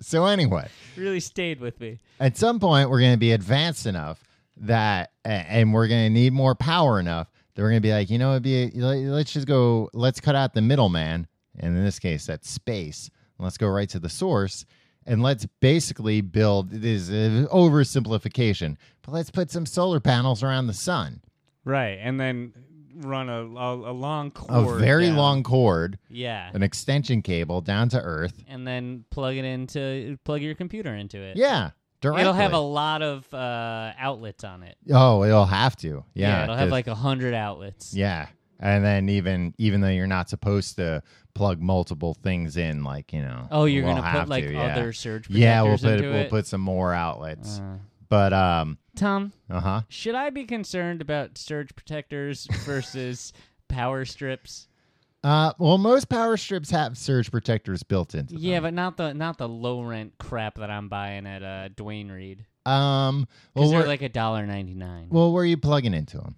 Speaker 1: So anyway,
Speaker 2: really stayed with me.
Speaker 1: at some point we're going to be advanced enough that a- and we're going to need more power enough that we're going to be like you know it'd be let- let's just go let's cut out the middleman and in this case that's space and let's go right to the source and let's basically build this uh, oversimplification but let's put some solar panels around the sun
Speaker 2: Right, and then run a a, a long
Speaker 1: a
Speaker 2: cord.
Speaker 1: very
Speaker 2: down.
Speaker 1: long cord
Speaker 2: Yeah,
Speaker 1: an extension cable down to earth
Speaker 2: and then plug it into plug your computer into it.
Speaker 1: yeah directly.
Speaker 2: It'll have a lot of uh, outlets on it.
Speaker 1: oh it'll have to yeah,
Speaker 2: it'll have
Speaker 1: 'cause-
Speaker 2: like a hundred outlets.
Speaker 1: Yeah. And then even even though you're not supposed to plug multiple things in, like, you know.
Speaker 2: Oh, you're
Speaker 1: we'll
Speaker 2: gonna
Speaker 1: have
Speaker 2: put like
Speaker 1: to, yeah.
Speaker 2: other surge protectors
Speaker 1: Yeah, we'll put
Speaker 2: into
Speaker 1: we'll
Speaker 2: it.
Speaker 1: put some more outlets.
Speaker 2: Uh,
Speaker 1: but um
Speaker 2: Tom,
Speaker 1: uh-huh.
Speaker 2: should I be concerned about surge protectors versus power strips?
Speaker 1: Uh well most power strips have surge protectors built into them.
Speaker 2: Yeah, but not the not the low rent crap that I'm buying at uh, Dwayne Reed.
Speaker 1: um well
Speaker 2: Because
Speaker 1: where,
Speaker 2: they're like a dollar ninety nine.
Speaker 1: well where are you plugging into them?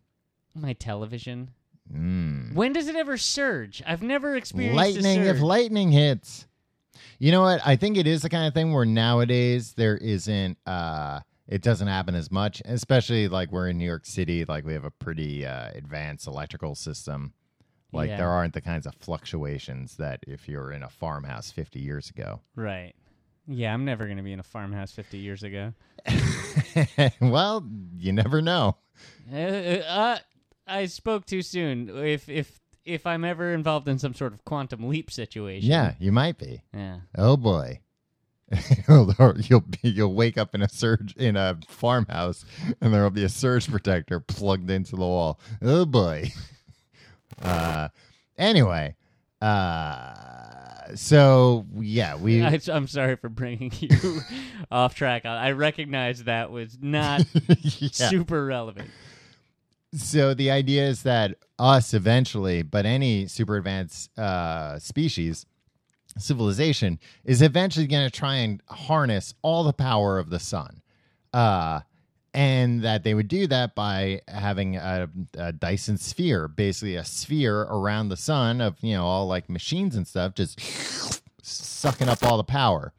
Speaker 2: My television.
Speaker 1: Mm.
Speaker 2: When does it ever surge? I've never experienced
Speaker 1: Lightning
Speaker 2: A surge.
Speaker 1: if lightning hits. You know what? I think it is the kind of thing where nowadays there isn't uh it doesn't happen as much, especially like we're in New York City, like we have a pretty uh, advanced electrical system. Like
Speaker 2: Yeah.
Speaker 1: there aren't the kinds of fluctuations that if you're in a farmhouse 50 years ago.
Speaker 2: right. Yeah, I'm never gonna be in a farmhouse fifty years ago.
Speaker 1: well, you never know.
Speaker 2: Uh, uh, I spoke too soon. If if if I'm ever involved in some sort of quantum leap situation,
Speaker 1: Yeah, you might be.
Speaker 2: yeah,
Speaker 1: Oh boy. you'll you'll be, you'll wake up in a surge in a farmhouse and there will be a surge protector plugged into the wall. Oh boy. Uh anyway, uh so yeah, we
Speaker 2: I, am sorry for bringing you off track. I, I recognize that was not
Speaker 1: yeah.
Speaker 2: super relevant.
Speaker 1: so the idea is that us eventually, but any super advanced uh species civilization is eventually going to try and harness all the power of the sun. uh, and that they would do that by having a, a Dyson sphere, basically a sphere around the sun of you know all like machines and stuff, just sucking up all the power.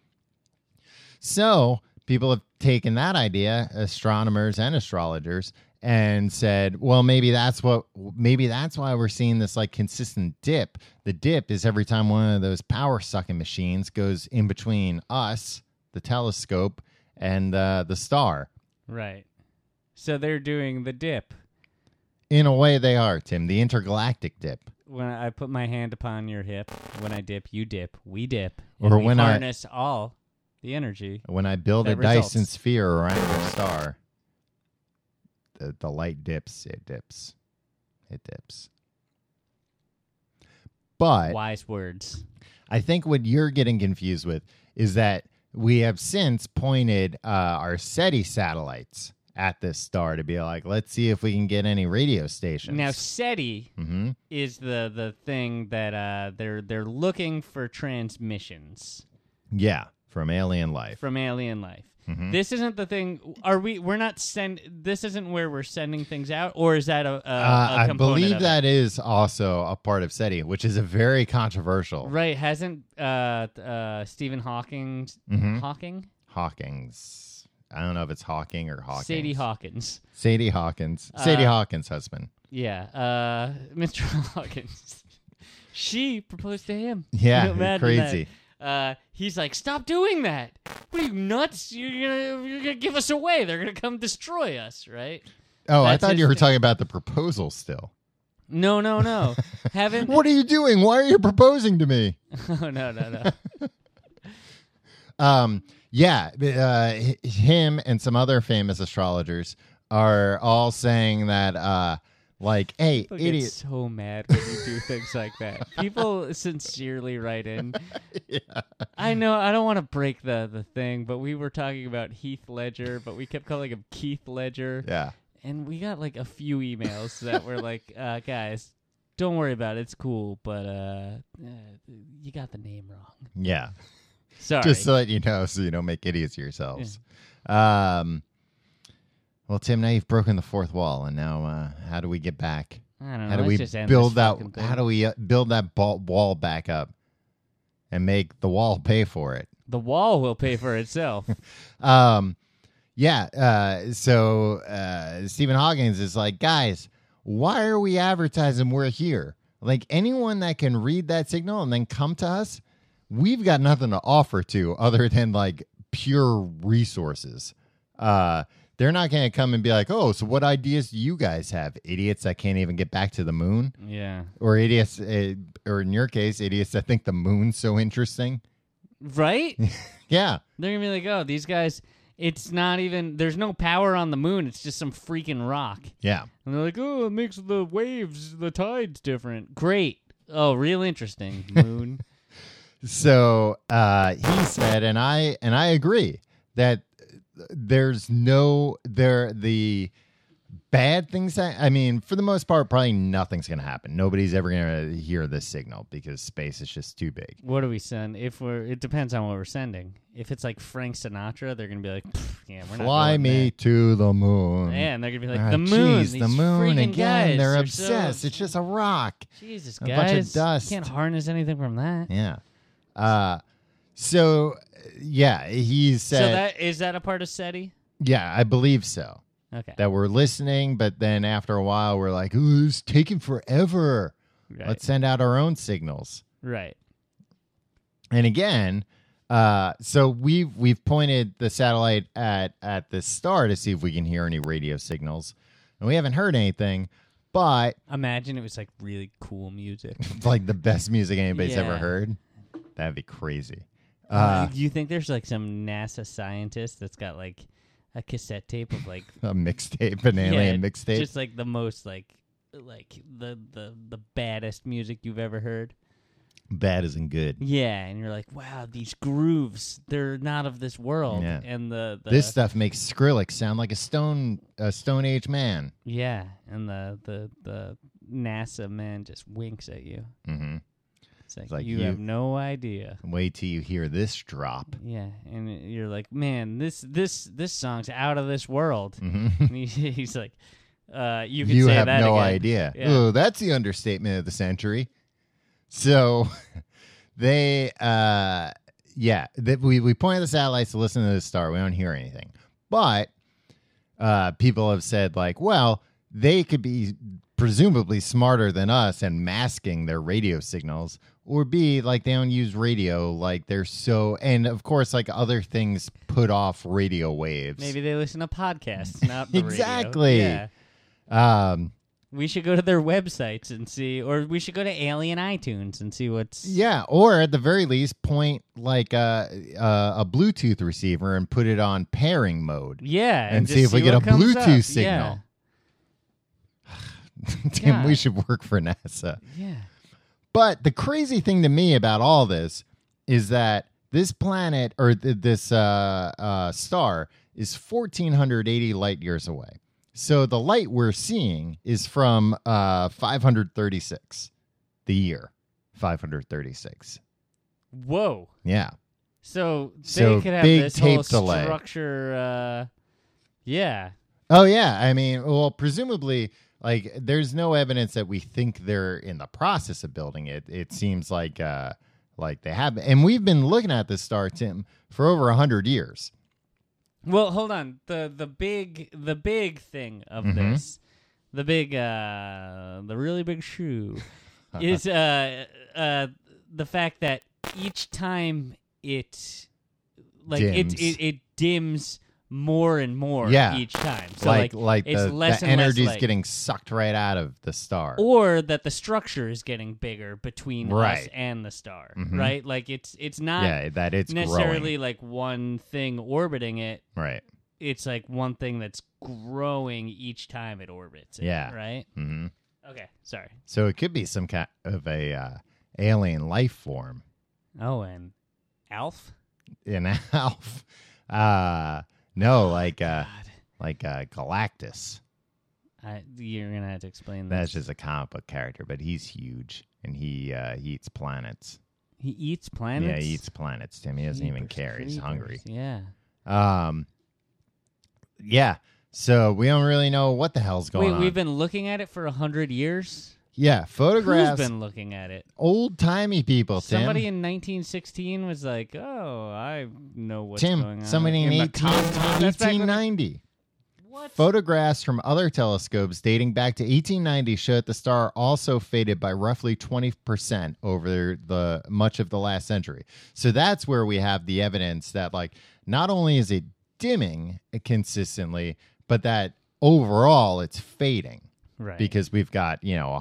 Speaker 1: So people have taken that idea, astronomers and astrologers, and said, well, maybe that's what, maybe that's why we're seeing this like consistent dip. The dip is every time one of those power sucking machines goes in between us, the telescope, and uh, the star.
Speaker 2: Right. So they're doing the dip.
Speaker 1: In a way, they are, Tim, the intergalactic dip.
Speaker 2: When I put my hand upon your hip, when I dip, you dip, we dip,
Speaker 1: Or
Speaker 2: and we
Speaker 1: when I-
Speaker 2: harness all the energy.
Speaker 1: When I build a
Speaker 2: That results.
Speaker 1: Dyson sphere around the star, the, the light dips, it dips, it dips. But
Speaker 2: Wise words.
Speaker 1: I think what you're getting confused with is that we have since pointed uh, our SETI satellites at this star to be like, let's see if we can get any radio stations.
Speaker 2: Now SETI
Speaker 1: hmm
Speaker 2: is the the thing that uh, they're they're looking for transmissions
Speaker 1: yeah, from alien life.
Speaker 2: from alien life.
Speaker 1: Mhm.
Speaker 2: This isn't the thing. Are we? We're not send. This isn't where we're sending things out, or is that a? a,
Speaker 1: uh,
Speaker 2: a
Speaker 1: I
Speaker 2: component
Speaker 1: believe
Speaker 2: of it?
Speaker 1: that is also a part of SETI, which is a very controversial.
Speaker 2: Right? Hasn't uh, uh, Stephen Hawking
Speaker 1: Mhm.
Speaker 2: Hawking
Speaker 1: Hawkins. I don't know if it's Hawking or Hawkins.
Speaker 2: Sadie Hawkins?
Speaker 1: Sadie Hawkins. Sadie
Speaker 2: Uh,
Speaker 1: Hawkins' husband.
Speaker 2: Yeah, uh, Mr. Hawkins. she proposed to him.
Speaker 1: Yeah,
Speaker 2: Imagine
Speaker 1: crazy.
Speaker 2: that. Uh, he's like, stop doing that. What are you nuts? You're gonna you're gonna give us away. They're gonna come destroy us, right?
Speaker 1: Oh, I
Speaker 2: That's
Speaker 1: thought
Speaker 2: his
Speaker 1: you were
Speaker 2: thing.
Speaker 1: talking about the proposal still.
Speaker 2: No, no, no. Haven't.
Speaker 1: What are you doing? Why are you proposing to me?
Speaker 2: Oh, no, no, no.
Speaker 1: Um, yeah, uh, h- him and some other famous astrologers are all saying that, uh, like, hey,
Speaker 2: People get
Speaker 1: idiot.
Speaker 2: so mad when you do things like that. People sincerely write in. I know I don't want to break the the thing, but we were talking about Heath Ledger, but we kept calling him Keith Ledger,
Speaker 1: Yeah,
Speaker 2: and we got like a few emails that were like, uh, "Guys, don't worry about it. It's cool, but uh, uh you got the name wrong.
Speaker 1: yeah.
Speaker 2: Sorry."
Speaker 1: Just to let you know, so you don't make idiots of yourselves. Um, well, Tim, now you've broken the fourth wall, and now uh, how do we get back?
Speaker 2: I don't know.
Speaker 1: How do
Speaker 2: let's
Speaker 1: we
Speaker 2: just end
Speaker 1: build
Speaker 2: this
Speaker 1: that?
Speaker 2: fucking thing.
Speaker 1: How do we uh, build that ball, wall back up and make the wall pay for it?
Speaker 2: the wall will pay for itself?
Speaker 1: Um, yeah. Uh, so uh, Stephen Hawkins is like, guys, why are we advertising we're here? Like anyone that can read that signal and then come to us, we've got nothing to offer to other than like pure resources. Uh, they're not going to come and be like, oh, so what ideas do you guys have? Idiots that can't even get back to the moon?
Speaker 2: yeah.
Speaker 1: or idiots, uh, or in your case, idiots that think the moon's so interesting.
Speaker 2: Right.
Speaker 1: Yeah,
Speaker 2: They're gonna be like, oh, these guys. It's not even. There's no power on the moon. It's just some freaking rock.
Speaker 1: yeah,
Speaker 2: And they're like, oh, it makes the waves, the tides different. Great. Oh, real interesting. Moon.
Speaker 1: So uh, he said, and I and I agree that there's no there the bad things that I mean for the most part probably nothing's gonna happen. Nobody's ever gonna hear this signal because space is just too big.
Speaker 2: what do we send? If we're, it depends on what we're sending. If it's like Frank Sinatra, they're gonna be like, "Pfft, yeah, we're not.
Speaker 1: Fly
Speaker 2: going
Speaker 1: me to the moon.
Speaker 2: There. Yeah, and they're gonna be like,
Speaker 1: Ah,
Speaker 2: the moon.
Speaker 1: jeez,
Speaker 2: these
Speaker 1: the moon
Speaker 2: freaking
Speaker 1: again.
Speaker 2: Guys
Speaker 1: They're
Speaker 2: are so-
Speaker 1: obsessed. It's just a rock.
Speaker 2: Jesus,
Speaker 1: a
Speaker 2: guys.
Speaker 1: bunch of dust.
Speaker 2: You can't harness anything from that.
Speaker 1: Yeah. Uh, so yeah, he
Speaker 2: So
Speaker 1: said.
Speaker 2: that is that a part of SETI?
Speaker 1: yeah, I believe so.
Speaker 2: Okay.
Speaker 1: that were listening, but then after a while we're like, ooh, it's taking forever.
Speaker 2: right.
Speaker 1: Let's send out our own signals.
Speaker 2: right.
Speaker 1: And again, uh, so we've we've pointed the satellite at at this star to see if we can hear any radio signals. And we haven't heard anything, but
Speaker 2: Imagine it was like really cool music.
Speaker 1: like the best music anybody's ever
Speaker 2: Yeah.
Speaker 1: heard. That'd be crazy. Uh,
Speaker 2: Do you think there's like some NASA scientist that's got like a cassette tape of like
Speaker 1: Uh, a mixtape, an alien
Speaker 2: yeah,
Speaker 1: mixtape.
Speaker 2: just like the most like like the the the baddest music you've ever heard?
Speaker 1: Bad isn't good.
Speaker 2: Yeah, and you're like, wow, these grooves, they're not of this world.
Speaker 1: Yeah.
Speaker 2: And the, the
Speaker 1: this stuff makes Skrillex sound like a stone a stone age man.
Speaker 2: yeah, and the the the NASA man just winks at you.
Speaker 1: Mm-hmm.
Speaker 2: It's like,
Speaker 1: like
Speaker 2: you,
Speaker 1: you-
Speaker 2: have no idea.
Speaker 1: Wait till you hear this drop.
Speaker 2: Yeah, and you're like, man, this this this song's out of this world.
Speaker 1: Mhm.
Speaker 2: And he, he's like, uh, you can
Speaker 1: You
Speaker 2: say
Speaker 1: have
Speaker 2: that
Speaker 1: no
Speaker 2: again.
Speaker 1: idea.
Speaker 2: Yeah.
Speaker 1: Oh, that's the understatement of the century. So they, uh, yeah, that we we pointed the satellites to listen to the star. We don't hear anything, but uh, people have said like, well, they could be presumably smarter than us and masking their radio signals, or B, like they don't use radio, like they're so, and of course, like other things put off radio waves.
Speaker 2: Maybe they listen to podcasts, not the radio.
Speaker 1: Exactly.
Speaker 2: Yeah.
Speaker 1: Um,
Speaker 2: We should go to their websites and see, or we should go to Alien iTunes and see what's.
Speaker 1: Yeah, or at the very least, point like uh, uh, a Bluetooth receiver and put it on pairing mode.
Speaker 2: Yeah,
Speaker 1: And
Speaker 2: just
Speaker 1: see if we get
Speaker 2: what
Speaker 1: a
Speaker 2: comes
Speaker 1: Bluetooth
Speaker 2: up.
Speaker 1: signal. Damn, we
Speaker 2: God.
Speaker 1: should work for NASA.
Speaker 2: Yeah. yeah.
Speaker 1: But the crazy thing to me about all this is that this planet or th- this uh, uh, star is 1,480 light years away. So the light we're seeing is from uh, 536, the year 536.
Speaker 2: Whoa.
Speaker 1: Yeah.
Speaker 2: So they
Speaker 1: So
Speaker 2: could have
Speaker 1: big
Speaker 2: this
Speaker 1: tape
Speaker 2: whole
Speaker 1: delay.
Speaker 2: structure. Uh, yeah.
Speaker 1: Oh yeah, I mean, well, presumably, like, there's no evidence that we think they're in the process of building it. It seems like, uh, like they have, and we've been looking at this star, Tim, for over a hundred years.
Speaker 2: Well, hold on. the the big the big thing of
Speaker 1: Mhm.
Speaker 2: this, the big uh, the really big shoe, is uh, uh, the fact that each time it like it,
Speaker 1: Dims.
Speaker 2: it it dims more and more
Speaker 1: Yeah.
Speaker 2: each time. So
Speaker 1: like,
Speaker 2: like,
Speaker 1: like,
Speaker 2: it's
Speaker 1: the,
Speaker 2: less
Speaker 1: the
Speaker 2: and less
Speaker 1: energy's
Speaker 2: light.
Speaker 1: getting sucked right out of the star.
Speaker 2: or that the structure is getting bigger between us
Speaker 1: Right.
Speaker 2: and the star,
Speaker 1: Mhm.
Speaker 2: right? Like it's it's not
Speaker 1: yeah, that it's
Speaker 2: necessarily like one thing orbiting it.
Speaker 1: growing. right.
Speaker 2: It's like one thing that's growing each time it orbits. it,
Speaker 1: Yeah.
Speaker 2: Right.
Speaker 1: hmm
Speaker 2: Okay. Sorry.
Speaker 1: So it could be some kind of a uh, alien life form.
Speaker 2: Oh, and Alf.
Speaker 1: in Alf. Uh, no, like uh,
Speaker 2: God.
Speaker 1: like uh, Galactus.
Speaker 2: I, you're gonna have to explain this.
Speaker 1: That's just a comic book character, but he's huge and he uh, he eats planets.
Speaker 2: he eats planets.
Speaker 1: Yeah, he eats planets, Tim. He doesn't even
Speaker 2: Jeepers
Speaker 1: care. He's
Speaker 2: creepers.
Speaker 1: hungry.
Speaker 2: Yeah.
Speaker 1: Um Yeah. So we don't really know what the hell's going
Speaker 2: Wait,
Speaker 1: on.
Speaker 2: we've been looking at it for a hundred years.
Speaker 1: yeah,
Speaker 2: Who's
Speaker 1: photographs
Speaker 2: been looking at it?
Speaker 1: old timey people, Tim.
Speaker 2: Somebody in 1916 was like, "Oh, I know what's going
Speaker 1: Tim,
Speaker 2: on."
Speaker 1: somebody in,
Speaker 2: the
Speaker 1: 18,
Speaker 2: cosmos. That's back when-
Speaker 1: 1890.
Speaker 2: What?
Speaker 1: Photographs from other telescopes dating back to 1890 show that the star also faded by roughly 20% over the much of the last century. So that's where we have the evidence that like not only is it dimming consistently, but that overall it's fading
Speaker 2: right.
Speaker 1: because we've got, you know,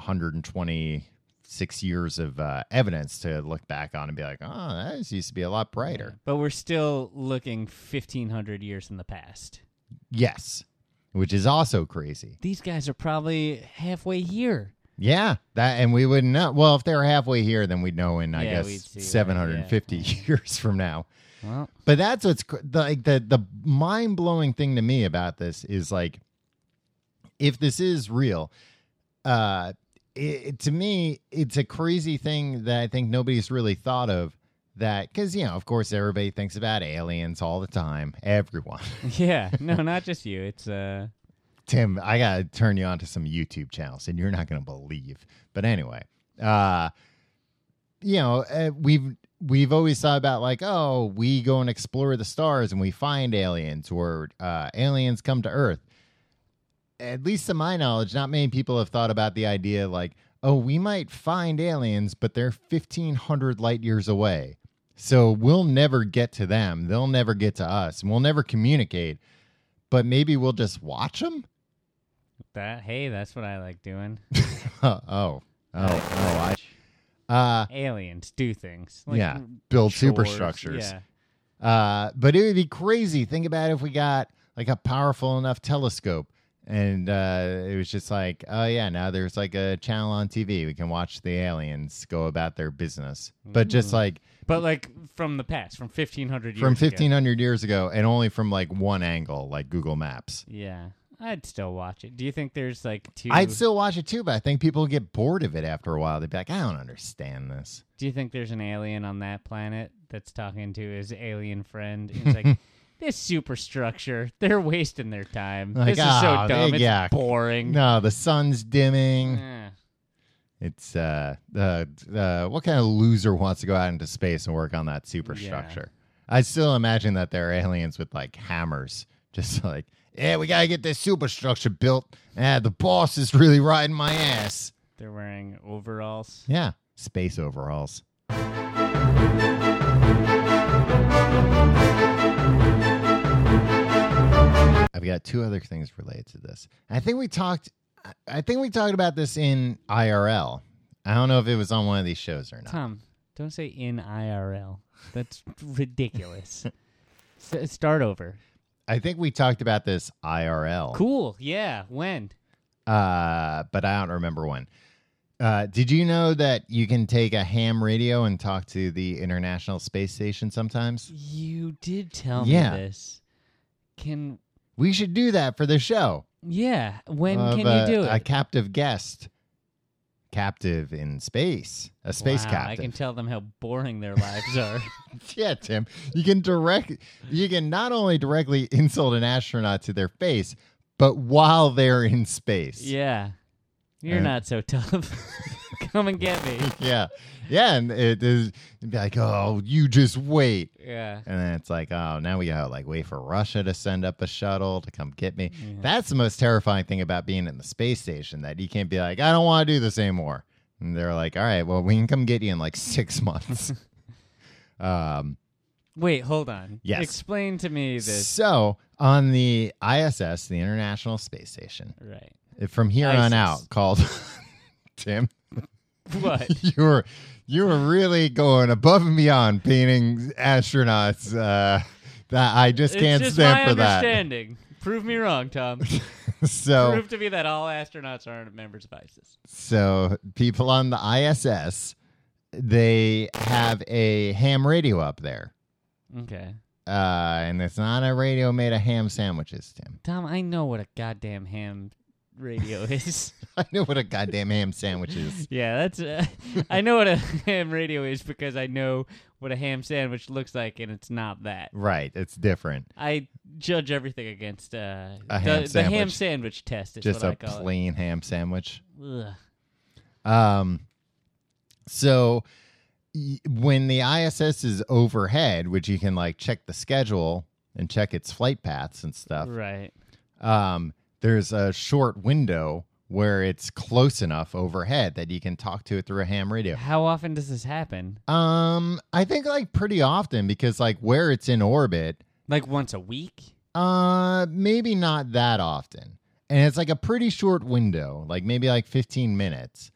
Speaker 1: 126 years of uh, evidence to look back on and be like, "Oh, that used to be a lot brighter."
Speaker 2: But we're still looking 1500 years in the past.
Speaker 1: Yes. Which is also crazy.
Speaker 2: These guys are probably halfway here.
Speaker 1: Yeah, that and we wouldn't know. Well, if they're halfway here, then we'd know in I
Speaker 2: Yeah, we'd
Speaker 1: guess
Speaker 2: see, right,
Speaker 1: 750 years from now.
Speaker 2: Well,
Speaker 1: But that's what's cr- the, like the the mind blowing thing to me about this is like, if this is real, uh, it, it- to me it's a crazy thing that I think nobody's really thought of. That because you know, of course, everybody thinks about aliens all the time. Everyone,
Speaker 2: yeah. No, not just you. It's uh
Speaker 1: Tim, I gotta turn you on to some YouTube channels, and you're not gonna believe. But anyway, uh, you know, uh, we've we've always thought about like, oh, we go and explore the stars, and we find aliens, or uh, aliens come to Earth. At least to my knowledge, not many people have thought about the idea like, oh, we might find aliens, but they're fifteen hundred light years away. So we'll never get to them. They'll never get to us. And we'll never communicate. But maybe we'll just watch them.
Speaker 2: that hey, that's what I like doing.
Speaker 1: Oh, oh, oh, oh! I uh,
Speaker 2: Aliens do things. Like
Speaker 1: yeah, build
Speaker 2: shores.
Speaker 1: superstructures.
Speaker 2: Yeah.
Speaker 1: Uh, but it would be crazy. Think about if we got like a powerful enough telescope, and uh, it was just like, oh yeah, now there's like a channel on TV we can watch the aliens go about their business. But just
Speaker 2: Ooh.
Speaker 1: like
Speaker 2: But like from the past, from 1500 Mm-hmm. years
Speaker 1: from
Speaker 2: ago.
Speaker 1: 1500 years ago, and only from like one angle, like Google Maps.
Speaker 2: Yeah. I'd still watch it. Do you think there's like two?
Speaker 1: I'd still watch it too, but I think people get bored of it after a while. They'd be like, I don't understand this.
Speaker 2: do you think there's an alien on that planet that's talking to his alien friend? And it's like this superstructure. They're wasting their time.
Speaker 1: Like,
Speaker 2: this is so
Speaker 1: "Ah, they-
Speaker 2: dumb. It's
Speaker 1: yeah.
Speaker 2: boring.
Speaker 1: No, the sun's dimming.
Speaker 2: Eh.
Speaker 1: It's uh, uh, uh, what kind of loser wants to go out into space and work on that superstructure? I still imagine that there are aliens with like hammers, just like, yeah, we gotta get this superstructure built. Yeah, the boss is really riding my ass.
Speaker 2: They're wearing overalls.
Speaker 1: Yeah, space overalls. I've got two other things related to this. I think we talked. I- I think we talked about this in IRL. I don't know if it was on one of these shows or not.
Speaker 2: Tom, don't say in IRL. That's ridiculous. S- start over.
Speaker 1: I think we talked about this IRL.
Speaker 2: Cool. Yeah. When?
Speaker 1: Uh, but I don't remember when. Uh, did you know that you can take a ham radio and talk to the International Space Station sometimes?
Speaker 2: You did tell
Speaker 1: Yeah.
Speaker 2: me this. Can
Speaker 1: We should do that for the show.
Speaker 2: yeah? When
Speaker 1: of
Speaker 2: can
Speaker 1: a-
Speaker 2: you do it?
Speaker 1: A captive guest, captive in space, a space
Speaker 2: wow, I
Speaker 1: captive.
Speaker 2: can tell them how boring their lives are.
Speaker 1: yeah, Tim, you can direct. You can not only directly insult an astronaut to their face, but while they're in space.
Speaker 2: yeah, you're
Speaker 1: Uh,
Speaker 2: not so tough. Come and get me.
Speaker 1: yeah, yeah, and it is it'd be like, oh, you just wait.
Speaker 2: Yeah.
Speaker 1: And then it's like, oh, now we gotta like wait for Russia to send up a shuttle to come get me.
Speaker 2: Yeah.
Speaker 1: That's the most terrifying thing about being in the space station that you can't be like, I don't want to do this anymore. And they're like, all right, well, we can come get you in like six months. um,
Speaker 2: Wait, hold on.
Speaker 1: Yes.
Speaker 2: Explain to me this.
Speaker 1: so on the ISS, the International Space Station,
Speaker 2: Right.
Speaker 1: from here on
Speaker 2: ISIS.
Speaker 1: out, called Tim,
Speaker 2: What?
Speaker 1: you were you were really going above and beyond painting astronauts. Uh, that I just can't
Speaker 2: it's just
Speaker 1: stand
Speaker 2: my
Speaker 1: for that.
Speaker 2: understanding. Prove me wrong, Tom.
Speaker 1: So
Speaker 2: Prove to me that all astronauts aren't members of ISIS.
Speaker 1: So people on the ISS, they have a ham radio up there,
Speaker 2: Okay.
Speaker 1: uh, and it's not a radio made of ham sandwiches, Tim.
Speaker 2: Tom, I know what a goddamn ham radio is.
Speaker 1: I know what a goddamn ham sandwich is.
Speaker 2: yeah, that's. Uh, I know what a ham radio is because I know what a ham sandwich looks like, and it's not that.
Speaker 1: Right, it's different.
Speaker 2: I judge everything against uh,
Speaker 1: A
Speaker 2: the,
Speaker 1: ham
Speaker 2: the ham
Speaker 1: sandwich.
Speaker 2: sandwich test. Is
Speaker 1: Just
Speaker 2: what I
Speaker 1: a
Speaker 2: call
Speaker 1: plain ham sandwich.
Speaker 2: it. Ugh.
Speaker 1: Um, so y- when the ISS is overhead, which you can like check the schedule and check its flight paths and stuff,
Speaker 2: Right.
Speaker 1: um, there's a short window where it's close enough overhead that you can talk to it through a ham radio.
Speaker 2: How often does this happen?
Speaker 1: Um, I think like pretty often because like where it's in orbit,
Speaker 2: Like once a week?
Speaker 1: uh, maybe not that often, and it's like a pretty short window, like maybe like 15 minutes,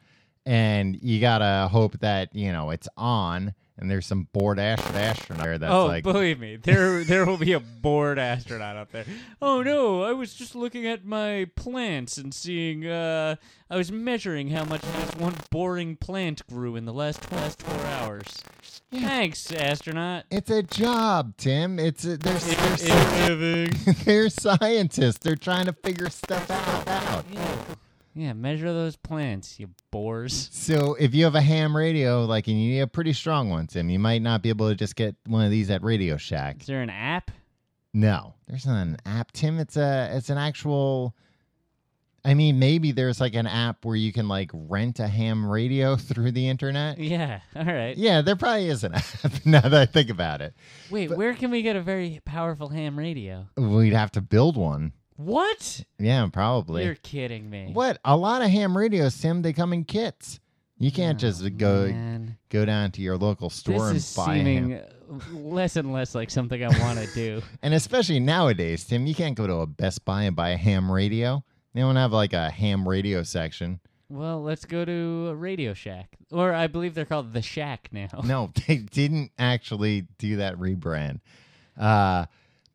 Speaker 1: and you gotta hope that you know it's on. And there's some bored ass astronaut there that's
Speaker 2: oh,
Speaker 1: like,
Speaker 2: believe me, there there will be a bored astronaut up there. Oh no, I was just looking at my plants and seeing. Uh, I was measuring how much that one boring plant grew in the last last four hours. Thanks, astronaut.
Speaker 1: it's a job, Tim. It's a, there's,
Speaker 2: It's
Speaker 1: there's
Speaker 2: living.
Speaker 1: They're scientists. They're trying to figure stuff out. out.
Speaker 2: yeah, measure those plants, you bores.
Speaker 1: So if you have a ham radio, like, and you need a pretty strong one, Tim, you might not be able to just get one of these at Radio Shack.
Speaker 2: Is there an app?
Speaker 1: No, there's not an app, Tim. It's a, it's an actual. I mean, maybe there's like an app where you can like rent a ham radio through the internet.
Speaker 2: Yeah. All right.
Speaker 1: Yeah, there probably is an app. Now that I think about it,
Speaker 2: Wait, where can we get a very powerful ham radio?
Speaker 1: we'd have to build one.
Speaker 2: What?
Speaker 1: Yeah, probably.
Speaker 2: You're kidding me.
Speaker 1: What? A lot of ham radios, Tim. They come in kits. You can't just go
Speaker 2: Oh, Man.
Speaker 1: go down to your local store
Speaker 2: this is
Speaker 1: and buy
Speaker 2: seeming
Speaker 1: ham.
Speaker 2: uh, less and less like something I want to do.
Speaker 1: And especially nowadays, Tim, you can't go to a Best Buy and buy a ham radio. They don't have like a ham radio section.
Speaker 2: Well, let's go to a Radio Shack, or I believe they're called the Shack now.
Speaker 1: No, they didn't actually do that rebrand. Uh,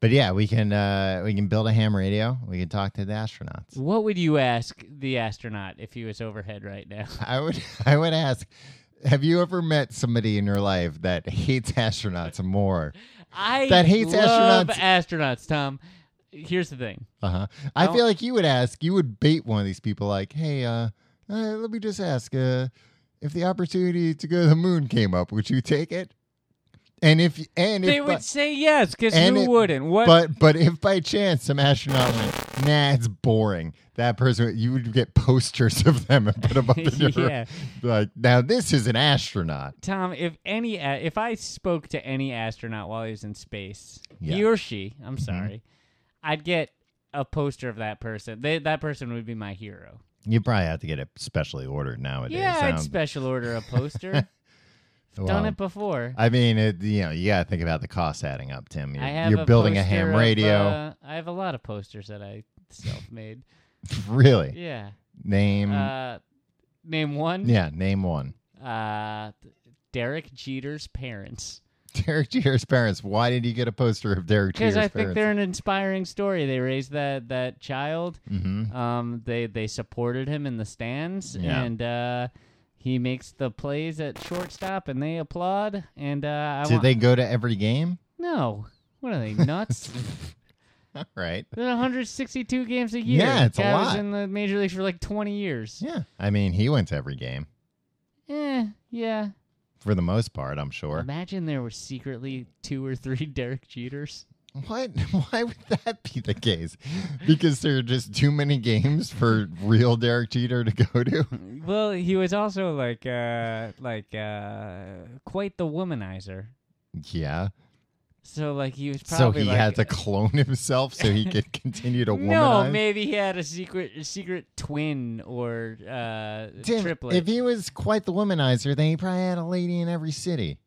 Speaker 1: but yeah, we can uh, we can build a ham radio. We can talk to the astronauts.
Speaker 2: What would you ask the astronaut if he was overhead right now?
Speaker 1: I would I would ask, have you ever met somebody in your life that hates astronauts more?
Speaker 2: I
Speaker 1: That hates
Speaker 2: love
Speaker 1: astronauts.
Speaker 2: astronauts, Tom. here's the thing.
Speaker 1: Uh-huh. I
Speaker 2: Well-
Speaker 1: feel like you would ask, you would bait one of these people like, "Hey, uh, uh let me just ask uh if the opportunity to go to the moon came up, would you take it?" And if and
Speaker 2: They
Speaker 1: if
Speaker 2: would
Speaker 1: by,
Speaker 2: say yes because
Speaker 1: and
Speaker 2: who
Speaker 1: it-
Speaker 2: wouldn't? What?
Speaker 1: but but if by chance some astronaut went, "Nah, it's boring." That person you would get posters of them and put them up in your
Speaker 2: Yeah.
Speaker 1: like, "Now this is an astronaut."
Speaker 2: Tom, if any, a- if I spoke to any astronaut while he was in space,
Speaker 1: Yeah. Mm-hmm.
Speaker 2: he or she, I'm sorry, I'd get a poster of that person. They, that person would be my hero.
Speaker 1: You probably have to get it specially ordered nowadays.
Speaker 2: yeah,
Speaker 1: I
Speaker 2: I'd
Speaker 1: don't-
Speaker 2: special order a poster.
Speaker 1: well,
Speaker 2: Done it before.
Speaker 1: I mean, it, you know, you got to think about the cost adding up, Tim. You're,
Speaker 2: I have
Speaker 1: you're
Speaker 2: a
Speaker 1: building a
Speaker 2: poster
Speaker 1: ham
Speaker 2: of,
Speaker 1: radio.
Speaker 2: uh, I have a lot of posters that I self made.
Speaker 1: really?
Speaker 2: yeah.
Speaker 1: Name.
Speaker 2: Uh, name one.
Speaker 1: Mm-hmm. yeah, name one.
Speaker 2: Uh, Derek Jeter's parents.
Speaker 1: Derek Jeter's parents. Why did you get a poster of Derek Jeter's
Speaker 2: Because I think
Speaker 1: parents?
Speaker 2: they're an inspiring story. They raised that that child.
Speaker 1: hmm
Speaker 2: Um, they they supported him in the stands,
Speaker 1: Yeah.
Speaker 2: and uh, he makes the plays at shortstop, and they applaud. And uh, I
Speaker 1: Did
Speaker 2: want
Speaker 1: they go to every game?
Speaker 2: no. What are they nuts?
Speaker 1: All right.
Speaker 2: There's 162 games a year.
Speaker 1: Yeah, it's a
Speaker 2: Guy was
Speaker 1: lot.
Speaker 2: in the major leagues for like 20 years.
Speaker 1: Yeah. I mean, he went to every game
Speaker 2: Eh, yeah.
Speaker 1: for the most part, I'm sure.
Speaker 2: Imagine there were secretly two or three Derek Jeters.
Speaker 1: What? Why would that be the case? Because there are just too many games for real Derek Jeter to go to.
Speaker 2: Well, he was also like uh like uh quite the womanizer.
Speaker 1: Yeah.
Speaker 2: So like he was
Speaker 1: So
Speaker 2: probably
Speaker 1: he
Speaker 2: like,
Speaker 1: had to clone himself so he could continue to womanize.
Speaker 2: No, maybe he had a secret a secret twin or uh
Speaker 1: Tim,
Speaker 2: triplet.
Speaker 1: if he was quite the womanizer, then he probably had a lady in every city,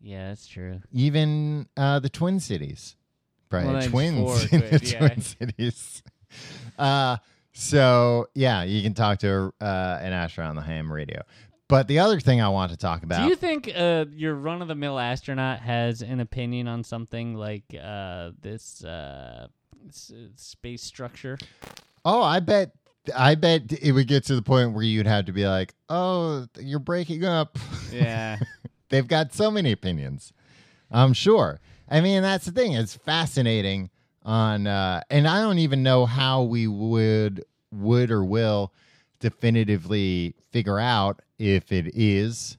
Speaker 2: yeah, that's true.
Speaker 1: even uh, the Twin Cities. Probably
Speaker 2: Well,
Speaker 1: had
Speaker 2: then
Speaker 1: twins
Speaker 2: four
Speaker 1: in
Speaker 2: could-
Speaker 1: the
Speaker 2: yeah.
Speaker 1: Twin Cities. Uh, so yeah, you can talk to uh, an astronaut on the ham radio. But the other thing I want to talk about,
Speaker 2: Do you think uh, your run of the mill astronaut has an opinion on something like uh, this uh, s- space structure?
Speaker 1: oh, I bet, I bet it would get to the point where you'd have to be like, oh, you're breaking up.
Speaker 2: Yeah.
Speaker 1: They've got so many opinions. I'm sure. I mean, that's the thing. It's fascinating on uh and I don't even know how we would would or will definitively figure out if it is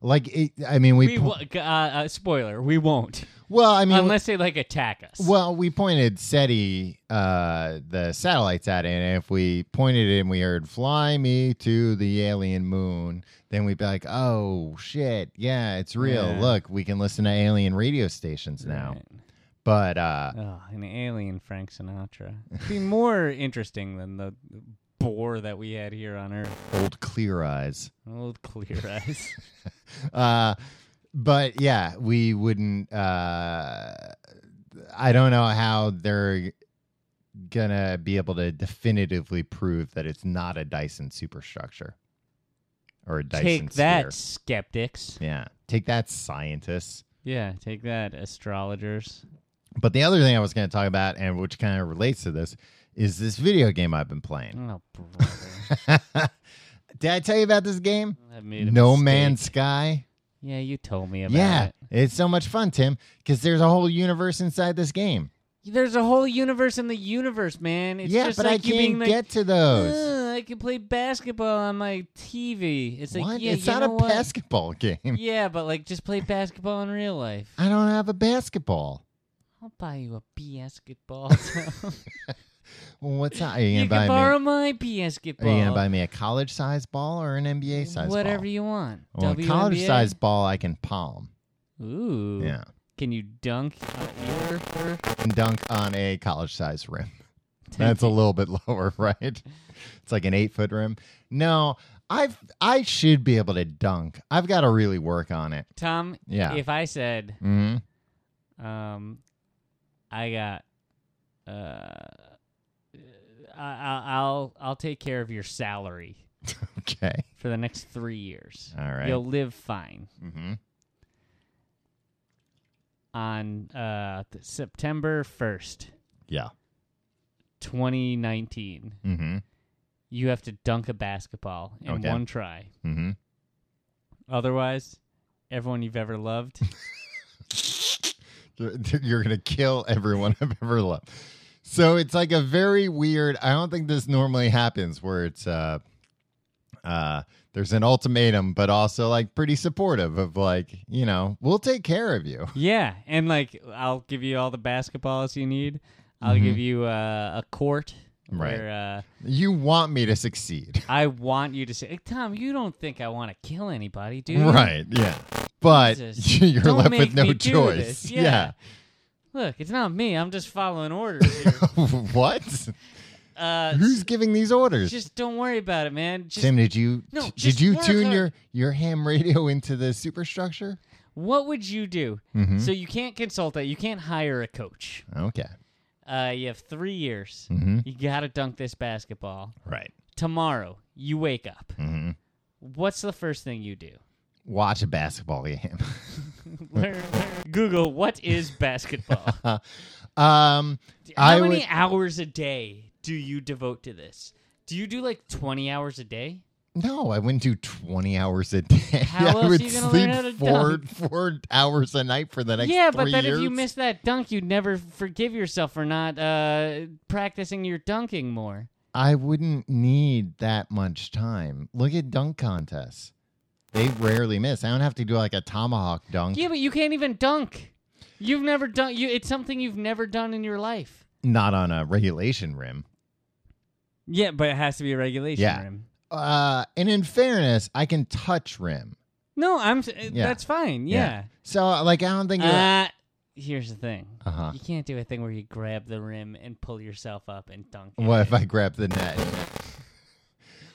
Speaker 1: like it, I mean we,
Speaker 2: we
Speaker 1: po-
Speaker 2: wo- uh, uh, spoiler, we won't
Speaker 1: well I mean
Speaker 2: unless they like attack us.
Speaker 1: well we pointed SETI uh the satellites at it and if we pointed it and we heard fly me to the alien moon then we'd be like oh shit yeah it's real
Speaker 2: Yeah.
Speaker 1: look we can listen to alien radio stations now
Speaker 2: Right.
Speaker 1: but uh
Speaker 2: Oh, an alien Frank Sinatra. It'd be more interesting than the bore that we had here on Earth.
Speaker 1: old clear eyes
Speaker 2: Old clear eyes.
Speaker 1: uh but yeah we wouldn't uh i don't know how they're gonna be able to definitively prove that it's not a dyson superstructure or a dyson
Speaker 2: Take that,
Speaker 1: sphere.
Speaker 2: skeptics.
Speaker 1: yeah take that scientists
Speaker 2: Yeah, take that, astrologers.
Speaker 1: but the other thing i was gonna talk about and which kind of relates to this is this video game i've been playing
Speaker 2: Oh, brother.
Speaker 1: did i tell you about this game
Speaker 2: I made a
Speaker 1: no
Speaker 2: mistake.
Speaker 1: man's sky
Speaker 2: Yeah, you told me about
Speaker 1: Yeah,
Speaker 2: it.
Speaker 1: it's so much fun, Tim, because there's a whole universe inside this game.
Speaker 2: There's a whole universe in the universe, man. It's
Speaker 1: yeah,
Speaker 2: just
Speaker 1: but
Speaker 2: like
Speaker 1: I
Speaker 2: you being
Speaker 1: can't
Speaker 2: like,
Speaker 1: get to those.
Speaker 2: "Ugh, I can play basketball on my TV. It's like,
Speaker 1: what?
Speaker 2: yeah,
Speaker 1: it's
Speaker 2: you
Speaker 1: not
Speaker 2: know
Speaker 1: a
Speaker 2: what?
Speaker 1: basketball game.
Speaker 2: Yeah, but like, just play basketball in real life.
Speaker 1: I don't have a basketball.
Speaker 2: I'll buy you a basketball. Tom.
Speaker 1: Well, What's that? Are you
Speaker 2: you
Speaker 1: gonna buy
Speaker 2: can
Speaker 1: me?
Speaker 2: borrow my
Speaker 1: Are you gonna
Speaker 2: basketball.
Speaker 1: buy me a college size ball or an NBA size ball?
Speaker 2: Whatever you want.
Speaker 1: Well, a
Speaker 2: WNBA?
Speaker 1: college size ball, I can palm.
Speaker 2: Ooh.
Speaker 1: Yeah,
Speaker 2: Can you dunk on your
Speaker 1: and dunk on a college size rim. That's a little bit lower, right? It's like an eight foot rim. No, I've I should be able to dunk. I've got to really work on it.
Speaker 2: Tom,
Speaker 1: Yeah.
Speaker 2: if I said
Speaker 1: hmm
Speaker 2: um I got uh I, I- I'll I'll take care of your salary
Speaker 1: Okay.
Speaker 2: for the next 3 years.
Speaker 1: All right.
Speaker 2: You'll live fine.
Speaker 1: Mm-hmm.
Speaker 2: On uh th- September 1st,
Speaker 1: Yeah.
Speaker 2: 2019,
Speaker 1: Mm-hmm.
Speaker 2: you have to dunk a basketball in
Speaker 1: Okay.
Speaker 2: one try.
Speaker 1: Mm-hmm.
Speaker 2: Otherwise, everyone you've ever loved
Speaker 1: You're gonna kill everyone I've ever loved. so it's like a very weird i don't think this normally happens where it's uh uh there's an ultimatum but also like pretty supportive of like you know we'll take care of you
Speaker 2: Yeah, and like I'll give you all the basketballs you need. I'll give you uh, a court
Speaker 1: Mm-hmm. Right.
Speaker 2: where uh,
Speaker 1: you want me to succeed
Speaker 2: I want you to say, "Hey, "Tom, you don't think I want to kill anybody, do you?"
Speaker 1: right yeah but
Speaker 2: Jesus.
Speaker 1: you're
Speaker 2: Don't
Speaker 1: left
Speaker 2: make
Speaker 1: with no
Speaker 2: me do
Speaker 1: choice
Speaker 2: this. Yeah. Look, it's not me. I'm just following orders. Here.
Speaker 1: yeah. what
Speaker 2: Uh,
Speaker 1: who's giving these orders
Speaker 2: just don't worry about it, man. Just
Speaker 1: Tim, did you
Speaker 2: No,
Speaker 1: did
Speaker 2: just
Speaker 1: you
Speaker 2: work
Speaker 1: tune
Speaker 2: hard.
Speaker 1: your your ham radio into the superstructure?
Speaker 2: what would you do?
Speaker 1: Mhm.
Speaker 2: So you can't consult that. You can't hire a coach.
Speaker 1: Okay,
Speaker 2: Uh, you have three years.
Speaker 1: Mhm.
Speaker 2: You gotta dunk this basketball
Speaker 1: right.
Speaker 2: tomorrow. You wake up.
Speaker 1: hmm
Speaker 2: What's the first thing you do?
Speaker 1: Watch a basketball game.
Speaker 2: Learn- Google what is basketball.
Speaker 1: um,
Speaker 2: How
Speaker 1: I
Speaker 2: many
Speaker 1: would-
Speaker 2: hours a day do you devote to this? Do you do like twenty hours a day?
Speaker 1: no, I wouldn't do twenty hours a day.
Speaker 2: How
Speaker 1: I
Speaker 2: else
Speaker 1: would
Speaker 2: are you gonna learn
Speaker 1: sleep
Speaker 2: how to
Speaker 1: four four hours a night for the next
Speaker 2: yeah,
Speaker 1: three
Speaker 2: but then
Speaker 1: years.
Speaker 2: if you miss that dunk, you'd never forgive yourself for not uh, practicing your dunking more.
Speaker 1: I wouldn't need that much time. Look at dunk contests; they rarely miss. I don't have to do like a tomahawk dunk.
Speaker 2: Yeah, but you can't even dunk. You've never done. You, it's something you've never done in your life.
Speaker 1: Not on a regulation rim.
Speaker 2: Yeah, but it has to be a regulation
Speaker 1: Yeah.
Speaker 2: rim.
Speaker 1: Uh, and in fairness, I can touch rim.
Speaker 2: No, I'm. s-
Speaker 1: Yeah.
Speaker 2: That's fine. Yeah.
Speaker 1: So like I don't think you're-
Speaker 2: Uh, here's the thing.
Speaker 1: Uh-huh.
Speaker 2: You can't do a thing where you grab the rim and pull yourself up and dunk. it.
Speaker 1: what if I grab the net?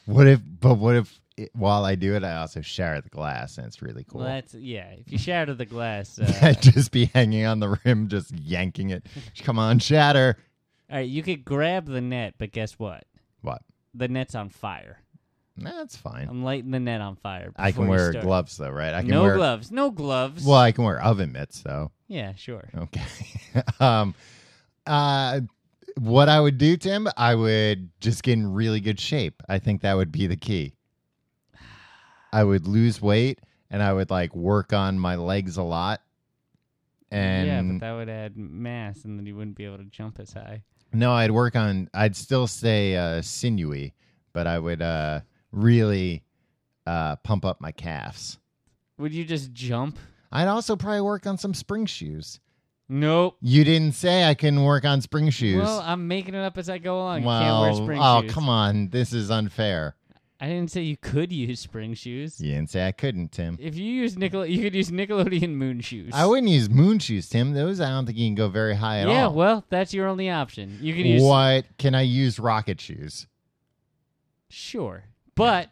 Speaker 1: What if but what if it, while I do it I also shatter the glass and it's really cool.
Speaker 2: Well, that's yeah. If you shatter the glass, uh,
Speaker 1: I'd just be hanging on the rim just yanking it. Come on, shatter.
Speaker 2: all right, you could grab the net, but guess what?
Speaker 1: What?
Speaker 2: The net's on fire.
Speaker 1: That's fine.
Speaker 2: I'm lighting the net on fire.
Speaker 1: I can
Speaker 2: Um, before you
Speaker 1: wear
Speaker 2: start.
Speaker 1: gloves though, right? I can
Speaker 2: No
Speaker 1: wear
Speaker 2: gloves. No gloves.
Speaker 1: Well, I can wear oven mitts though.
Speaker 2: Yeah, sure.
Speaker 1: Okay. um, uh, what I would do, Tim, I would just get in really good shape. I think that would be the key. I would lose weight and I would like work on my legs a lot.
Speaker 2: yeah, but
Speaker 1: And
Speaker 2: that would add mass, and then you wouldn't be able to jump as high.
Speaker 1: no, I'd work on, I'd still stay uh, sinewy, but I would uh, really uh, pump up my calves.
Speaker 2: Would you just jump?
Speaker 1: I'd also probably work on some spring shoes.
Speaker 2: Nope.
Speaker 1: You didn't say I couldn't work on spring shoes.
Speaker 2: Well, I'm making it up as I go along.
Speaker 1: Well,
Speaker 2: you can't wear spring
Speaker 1: oh
Speaker 2: shoes.
Speaker 1: come on, this is unfair.
Speaker 2: I didn't say you could use spring shoes.
Speaker 1: You didn't say I couldn't, Tim.
Speaker 2: If you use Nickel, you could use Nickelodeon moon shoes.
Speaker 1: I wouldn't use moon shoes, Tim. Those I don't think you can go very high at
Speaker 2: yeah,
Speaker 1: all.
Speaker 2: well, that's your only option. You can use
Speaker 1: what can I use? Rocket shoes.
Speaker 2: sure, but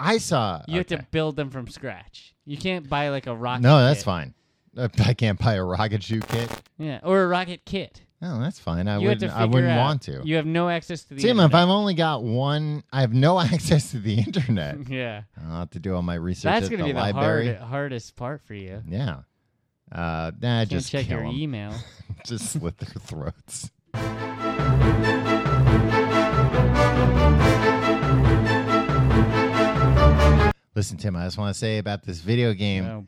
Speaker 1: I saw.
Speaker 2: you have
Speaker 1: okay.
Speaker 2: to build them from scratch. You can't buy like a rocket.
Speaker 1: No, that's
Speaker 2: kit.
Speaker 1: fine. I I can't buy a rocket shoe kit.
Speaker 2: Yeah, or a rocket kit.
Speaker 1: No, that's fine. I
Speaker 2: you have to
Speaker 1: wouldn't. I
Speaker 2: figure
Speaker 1: wouldn't
Speaker 2: out.
Speaker 1: want to.
Speaker 2: You have no access to the
Speaker 1: Tim, if
Speaker 2: internet.
Speaker 1: I've only got one, I have no access to the internet.
Speaker 2: yeah,
Speaker 1: I'll have to do all my research
Speaker 2: that's
Speaker 1: at
Speaker 2: gonna
Speaker 1: the
Speaker 2: be the
Speaker 1: library.
Speaker 2: hard, hardest part for you.
Speaker 1: Yeah. Uh, nah,
Speaker 2: You can't
Speaker 1: just
Speaker 2: check
Speaker 1: kill
Speaker 2: your
Speaker 1: 'em.
Speaker 2: email.
Speaker 1: just slit their throats. Listen, Tim, I just want to say about this video game,
Speaker 2: No.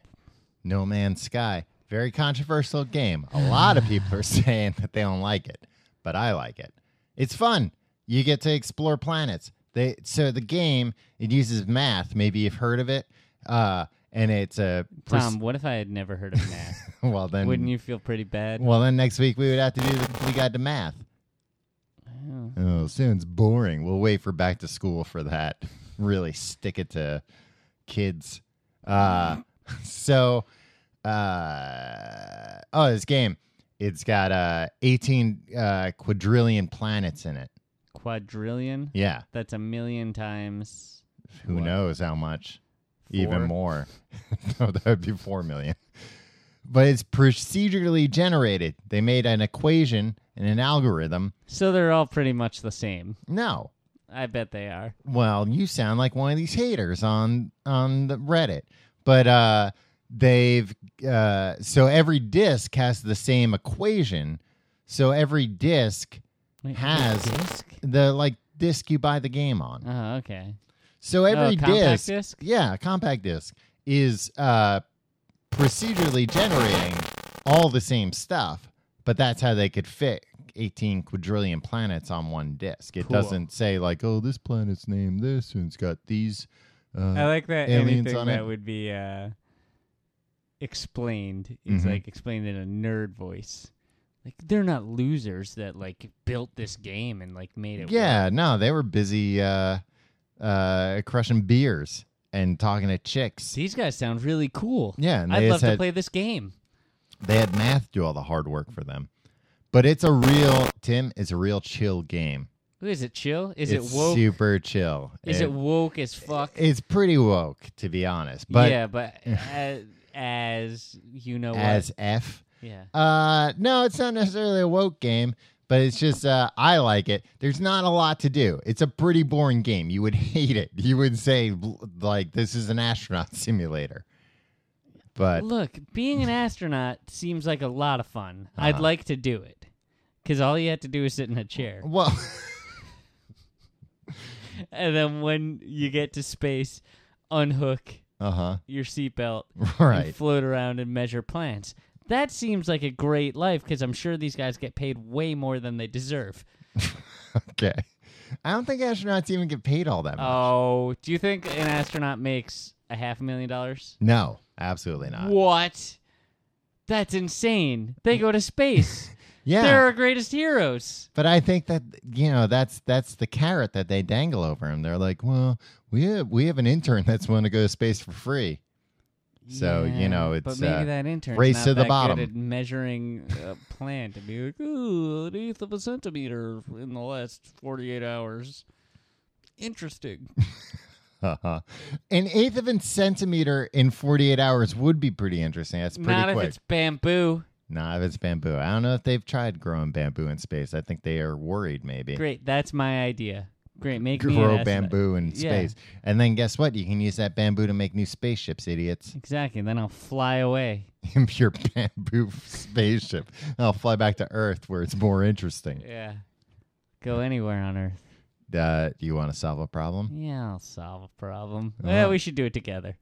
Speaker 1: No Man's Sky. Very controversial game. A lot of people are saying that they don't like it, but I like it. It's fun. You get to explore planets. They so the game it uses math. Maybe you've heard of it, uh, and it's a pres-
Speaker 2: Tom, what if I had never heard of math?
Speaker 1: well then
Speaker 2: Wouldn't you feel pretty bad?
Speaker 1: well, then next week we would have to do the complete guide to math.
Speaker 2: Oh.
Speaker 1: Oh, sounds boring. We'll wait for back to school for that. Really stick it to kids. Uh, so, uh, oh, this game. It's got uh, 18 uh, quadrillion planets in it.
Speaker 2: Quadrillion.
Speaker 1: Yeah.
Speaker 2: That's a million times.
Speaker 1: Who
Speaker 2: What?
Speaker 1: knows how much?
Speaker 2: Four?
Speaker 1: Even more. no, that would be 4 million. But it's procedurally generated. They made an equation and an algorithm.
Speaker 2: So they're all pretty much the same.
Speaker 1: No,
Speaker 2: I bet they are.
Speaker 1: well, you sound like one of these haters on on the Reddit. But uh they've uh so every disc has the same equation. So every disc
Speaker 2: Wait,
Speaker 1: Has.
Speaker 2: disc?
Speaker 1: the like disc you buy the game on.
Speaker 2: Oh, okay. Oh,
Speaker 1: So every
Speaker 2: compact
Speaker 1: disc,
Speaker 2: disc?
Speaker 1: Yeah, compact disc is uh procedurally generating all the same stuff, but that's how they could fit 18 quadrillion planets on one disk. It
Speaker 2: Cool.
Speaker 1: doesn't say like, oh, this planet's named this and it's got these. Uh,
Speaker 2: I like that
Speaker 1: aliens
Speaker 2: anything
Speaker 1: on
Speaker 2: that
Speaker 1: it.
Speaker 2: would be uh, explained is
Speaker 1: Mhm.
Speaker 2: like explained in a nerd voice. Like they're not losers that like built this game and like made it. work.
Speaker 1: yeah, no, they were busy uh, uh, crushing beers and talking to chicks.
Speaker 2: these guys sound really cool.
Speaker 1: Yeah, and
Speaker 2: I'd
Speaker 1: they
Speaker 2: love
Speaker 1: just
Speaker 2: to
Speaker 1: had,
Speaker 2: play this game.
Speaker 1: they had math do all the hard work for them. But it's a real Tim. It's a real chill game.
Speaker 2: Who is it? Chill? Is
Speaker 1: it's
Speaker 2: it woke?
Speaker 1: super chill.
Speaker 2: Is it woke as fuck?
Speaker 1: It's pretty woke, to be honest. But
Speaker 2: yeah, but as, as you know,
Speaker 1: as F,
Speaker 2: what? yeah,
Speaker 1: Uh, no, it's not necessarily a woke game, but it's just uh, I like it. There's not a lot to do. It's a pretty boring game. You would hate it. You would say bl- like this is an astronaut simulator. But
Speaker 2: Look, being an astronaut seems like a lot of fun. I'd
Speaker 1: Uh-huh.
Speaker 2: like to do it because all you have to do is sit in a chair,
Speaker 1: well,
Speaker 2: and then when you get to space, unhook
Speaker 1: uh huh.
Speaker 2: your seatbelt and
Speaker 1: Right.
Speaker 2: float around and measure plants. That seems like a great life because I'm sure these guys get paid way more than they deserve.
Speaker 1: Okay. I don't think astronauts even get paid all that much.
Speaker 2: Oh, do you think an astronaut makes a half a million dollars?
Speaker 1: no, absolutely not.
Speaker 2: What? That's insane. They go to space.
Speaker 1: yeah.
Speaker 2: They're our greatest heroes.
Speaker 1: But I think that you know that's that's the carrot that they dangle over him. They're like, well, we have we have an intern that's willing to go to space for free. So, you know,
Speaker 2: but
Speaker 1: it's,
Speaker 2: maybe
Speaker 1: uh,
Speaker 2: that intern's
Speaker 1: race
Speaker 2: not
Speaker 1: to the
Speaker 2: that
Speaker 1: bottom.
Speaker 2: good at measuring a plant and be like, ooh, an eighth of a centimeter in the last forty-eight hours. Interesting.
Speaker 1: Uh-huh. An eighth of a centimeter in 48 hours would be pretty interesting. That's pretty
Speaker 2: Not
Speaker 1: quick.
Speaker 2: if it's bamboo.
Speaker 1: Not if it's bamboo. I don't know if they've tried growing bamboo in space. I think they are worried maybe.
Speaker 2: Great, that's my idea. Great, make me an
Speaker 1: Grow
Speaker 2: astronaut.
Speaker 1: bamboo in
Speaker 2: Yeah.
Speaker 1: space. And then guess what? You can use that bamboo to make new spaceships, idiots.
Speaker 2: Exactly. Then I'll fly away.
Speaker 1: In your bamboo spaceship. I'll fly back to Earth where it's more interesting.
Speaker 2: Yeah. Go anywhere on Earth.
Speaker 1: Uh, do you want to solve a problem?
Speaker 2: Yeah, I'll solve a problem.
Speaker 1: All
Speaker 2: Yeah,
Speaker 1: right.
Speaker 2: we should do it together.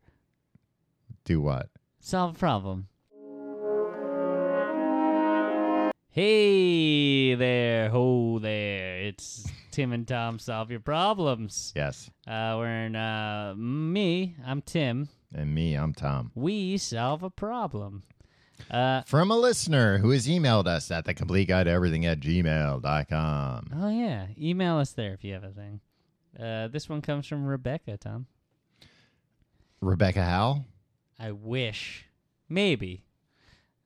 Speaker 1: Do what?
Speaker 2: Solve a problem. Hey there, ho there. It's Tim and Tom solve your problems.
Speaker 1: Yes.
Speaker 2: Uh, we're in uh, me. I'm Tim.
Speaker 1: And me, I'm Tom.
Speaker 2: We solve a problem. Uh,
Speaker 1: From a listener who has emailed us at the complete guide to everything at gmail.com.
Speaker 2: oh yeah, email us there if you have a thing. Uh, this one comes from Rebecca. Tom,
Speaker 1: Rebecca Howell?
Speaker 2: I wish, maybe.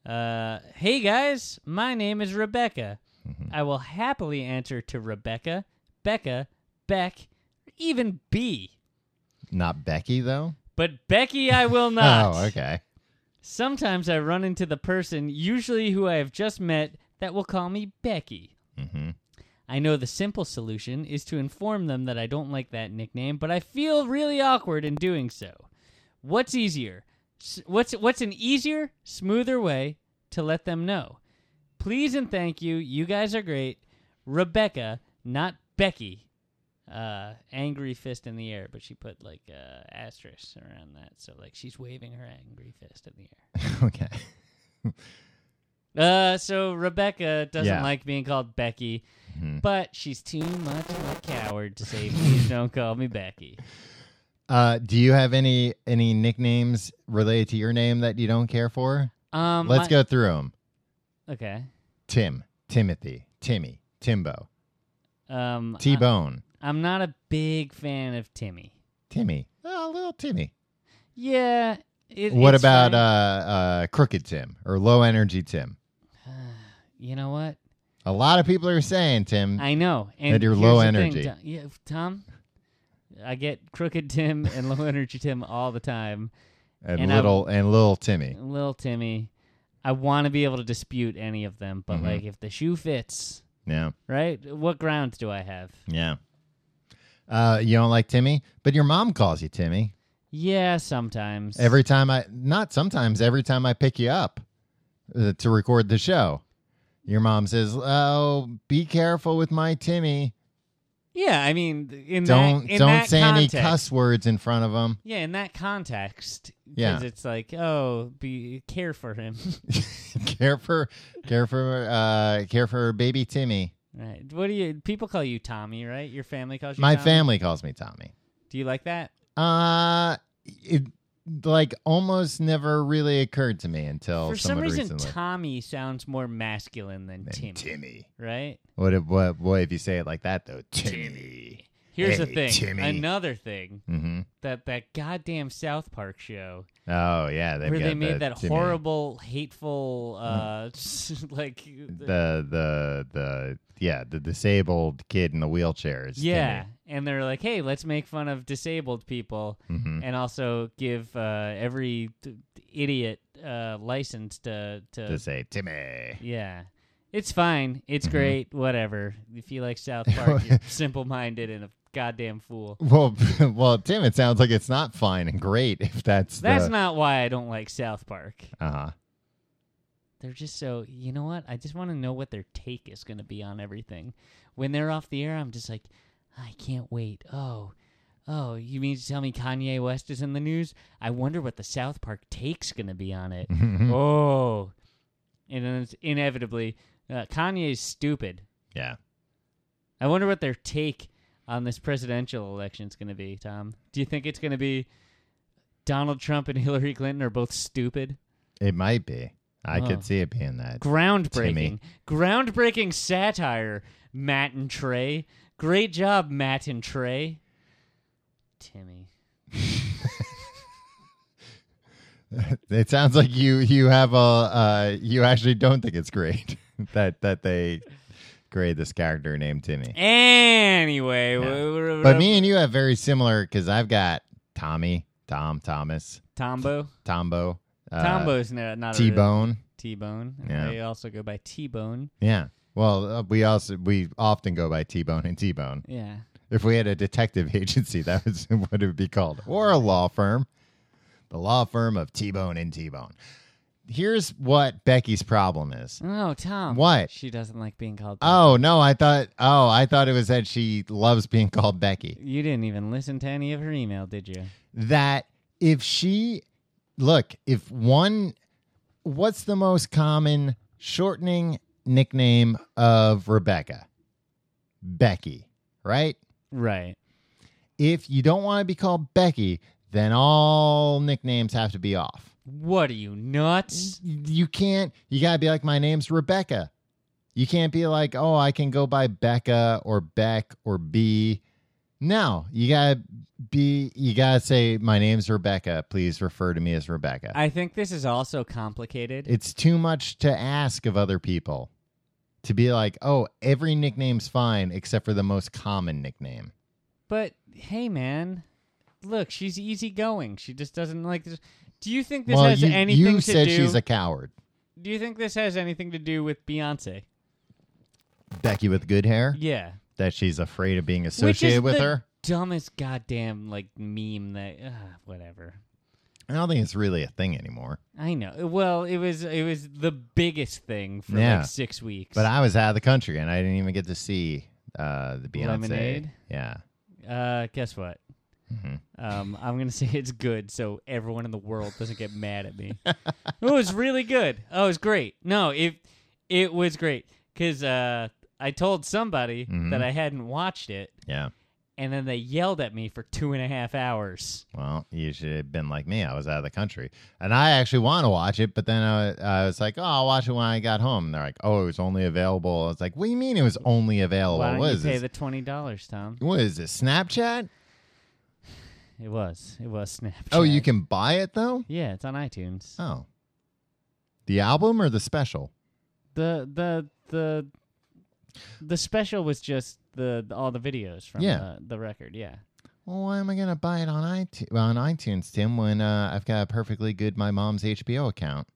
Speaker 2: Uh, hey guys, my name is Rebecca.
Speaker 1: Mhm.
Speaker 2: I will happily answer to Rebecca, Becca, Beck, even B.
Speaker 1: Not Becky, though?
Speaker 2: But Becky, I will not.
Speaker 1: Oh, okay.
Speaker 2: Sometimes I run into the person, usually who I have just met, that will call me Becky.
Speaker 1: hmm
Speaker 2: I know the simple solution is to inform them that I don't like that nickname, but I feel really awkward in doing so. What's easier? S- What's what's an easier, smoother way to let them know? Please and thank you. You guys are great. Rebecca, not Becky. Uh, angry fist in the air, but she put like uh, asterisk around that, so like she's waving her angry fist in the air.
Speaker 1: Okay.
Speaker 2: Uh, so Rebecca doesn't
Speaker 1: Yeah.
Speaker 2: like being called Becky,
Speaker 1: Mhm.
Speaker 2: but she's too much of a coward to say, "Please don't call me Becky."
Speaker 1: Uh, do you have any any nicknames related to your name that you don't care for?
Speaker 2: Um,
Speaker 1: Let's
Speaker 2: my-
Speaker 1: go through them.
Speaker 2: Okay.
Speaker 1: Tim, Timothy, Timmy, Timbo,
Speaker 2: Uh-huh. Um,
Speaker 1: T Bone,
Speaker 2: I- I'm not a big fan of Timmy.
Speaker 1: Timmy. Oh, little Timmy.
Speaker 2: Yeah. It,
Speaker 1: what
Speaker 2: it's
Speaker 1: about uh,
Speaker 2: fine.
Speaker 1: uh, Crooked Tim or Low Energy Tim?
Speaker 2: You know what?
Speaker 1: A lot of people are saying, Tim.
Speaker 2: I know. And
Speaker 1: That you're
Speaker 2: here's
Speaker 1: low
Speaker 2: the thing,
Speaker 1: energy.
Speaker 2: Tom, yeah, Tom. I get crooked Tim and low energy Tim all the time.
Speaker 1: and,
Speaker 2: and I-
Speaker 1: little and little Timmy.
Speaker 2: Little Timmy. I want to be able to dispute any of them, but
Speaker 1: Mhm.
Speaker 2: like if the shoe fits,
Speaker 1: Yeah,
Speaker 2: right? What grounds do I have?
Speaker 1: yeah. Uh, you don't like Timmy, but your mom calls you Timmy.
Speaker 2: Yeah, sometimes.
Speaker 1: Every time I, not sometimes, every time I pick you up uh, to record the show, your mom says, "Oh, be careful with my Timmy.
Speaker 2: yeah, I mean, th- in
Speaker 1: Don't
Speaker 2: that, in
Speaker 1: don't
Speaker 2: that
Speaker 1: say
Speaker 2: context,
Speaker 1: any cuss words in front of him."
Speaker 2: Yeah, in that context, because
Speaker 1: Yeah.
Speaker 2: it's like, oh, be care for him.
Speaker 1: care for care for uh care for baby Timmy.
Speaker 2: Right. What do you people call you Tommy, right? Your family calls you
Speaker 1: My
Speaker 2: Tommy?
Speaker 1: family calls me Tommy.
Speaker 2: Do you like that?
Speaker 1: Uh it like almost never really occurred to me until
Speaker 2: For some
Speaker 1: somewhat
Speaker 2: reason
Speaker 1: Oh, recently.
Speaker 2: Tommy sounds more masculine than
Speaker 1: Named
Speaker 2: Timmy,
Speaker 1: Timmy.
Speaker 2: right?
Speaker 1: What if what boy if you say it like that though? Timmy.
Speaker 2: Here's the
Speaker 1: Hey,
Speaker 2: thing.
Speaker 1: Timmy.
Speaker 2: Another thing
Speaker 1: hmm
Speaker 2: that that goddamn South Park show
Speaker 1: Oh yeah, they've
Speaker 2: where
Speaker 1: got
Speaker 2: they made
Speaker 1: the
Speaker 2: that
Speaker 1: Timmy- Mm.
Speaker 2: horrible, hateful, uh, like
Speaker 1: the the the yeah the disabled kid in the wheelchair is
Speaker 2: yeah, and they're like, hey, let's make fun of disabled people
Speaker 1: hmm
Speaker 2: and also give uh, every d- idiot uh, license to to
Speaker 1: to say Timmy.
Speaker 2: yeah. It's fine. It's
Speaker 1: Mhm.
Speaker 2: great. Whatever. If you like South Park, you're simple minded and a goddamn fool.
Speaker 1: Well, well, Tim, it sounds like it's not fine and great if that's
Speaker 2: That's
Speaker 1: the,
Speaker 2: not why I don't like South Park.
Speaker 1: uh-huh.
Speaker 2: They're just so, you know what? I just want to know what their take is going to be on everything. When they're off the air, I'm just like, I can't wait. Oh, oh, you mean to tell me Kanye West is in the news? I wonder what the South Park take's going to be on it.
Speaker 1: Mm-hmm. Uh-huh.
Speaker 2: oh. And then it's inevitably, uh, Kanye's stupid.
Speaker 1: yeah.
Speaker 2: I wonder what their take on this presidential election is going to be, Tom. Do you think it's going to be Donald Trump and Hillary Clinton are both stupid?
Speaker 1: It might be. I
Speaker 2: Oh.
Speaker 1: could see it being that.
Speaker 2: Groundbreaking. Groundbreaking satire, Matt and Trey. Great job, Matt and Trey. Timmy.
Speaker 1: It sounds like you you have a uh, you actually don't think it's great that that they grade this character named Timmy.
Speaker 2: Anyway,
Speaker 1: Yeah.
Speaker 2: w- w-
Speaker 1: But me and you have very similar because I've got Tommy, Tom, Thomas,
Speaker 2: Tombo.
Speaker 1: Tombo, uh,
Speaker 2: Tombo's not, not a
Speaker 1: T
Speaker 2: real-
Speaker 1: Bone.
Speaker 2: T-Bone.
Speaker 1: Yeah.
Speaker 2: They also go by T-Bone.
Speaker 1: Yeah. Well, uh, we also we often go by T Bone and T Bone.
Speaker 2: Yeah.
Speaker 1: If we had a detective agency, that was what it would be called, or a law firm, the law firm of T Bone and T Bone. Here's what Becky's problem is.
Speaker 2: Oh, Tom.
Speaker 1: What?
Speaker 2: She doesn't like being called Tom.
Speaker 1: Oh no, I thought. Oh, I thought it was that she loves being called Becky.
Speaker 2: You didn't even listen to any of her email, did you?
Speaker 1: That if she look, if one, what's the most common shortening nickname of Rebecca? Becky, right?
Speaker 2: Right.
Speaker 1: If you don't want to be called Becky, then all nicknames have to be off.
Speaker 2: What are you
Speaker 1: Mm.
Speaker 2: nuts?
Speaker 1: You can't. You gotta be like, my name's Rebecca. You can't be like, oh, I can go by Becca or Beck or B. No, you gotta be. You gotta say, my name's Rebecca. Please refer to me as Rebecca.
Speaker 2: I think this is also complicated.
Speaker 1: it's too much to ask of other people to be like, oh, every nickname's fine except for the most common nickname.
Speaker 2: but hey, man, look, she's easygoing. She just doesn't like this. Do you think this
Speaker 1: well,
Speaker 2: has
Speaker 1: you,
Speaker 2: anything
Speaker 1: you
Speaker 2: to
Speaker 1: said
Speaker 2: do?
Speaker 1: she's a coward.
Speaker 2: Do you think this has anything to do with Beyonce?
Speaker 1: Becky with good hair.
Speaker 2: Yeah,
Speaker 1: That she's afraid of being
Speaker 2: Which is
Speaker 1: associated with
Speaker 2: the
Speaker 1: her.
Speaker 2: Dumbest goddamn like meme that uh, whatever.
Speaker 1: I don't think it's really a thing anymore.
Speaker 2: I know. Well, it was it was the biggest thing for
Speaker 1: Yeah.
Speaker 2: like six weeks.
Speaker 1: But I was out of the country and I didn't even get to see uh, the Beyonce.
Speaker 2: Lemonade?
Speaker 1: Yeah.
Speaker 2: uh, guess what?
Speaker 1: Mhm.
Speaker 2: Um, I'm gonna say it's good, so everyone in the world doesn't get mad at me. it was really good. Oh, it was great. No, it it was great because uh, I told somebody
Speaker 1: Mhm.
Speaker 2: that I hadn't watched it,
Speaker 1: Yeah.
Speaker 2: and then they yelled at me for two and a half hours.
Speaker 1: Well, you should have been like me. I was out of the country. And I actually want to watch it, but then I, I was like, oh, I'll watch it when I got home. And they're like, oh, it was only available. I was like, what do you mean it was only available?
Speaker 2: Why don't
Speaker 1: Oh, What
Speaker 2: you
Speaker 1: is
Speaker 2: pay
Speaker 1: this?
Speaker 2: the twenty dollars, Tom?
Speaker 1: what is this? Snapchat?
Speaker 2: It was it was Snapchat.
Speaker 1: Oh, you can buy it though?
Speaker 2: Yeah, it's on iTunes.
Speaker 1: Oh. The album or the special?
Speaker 2: The the the the special was just the, the- all the videos from
Speaker 1: Yeah.
Speaker 2: the, the record. Yeah.
Speaker 1: Well, why am I going to buy it on iTunes, on iTunes, Tim, when uh, I've got a perfectly good My Mom's HBO account?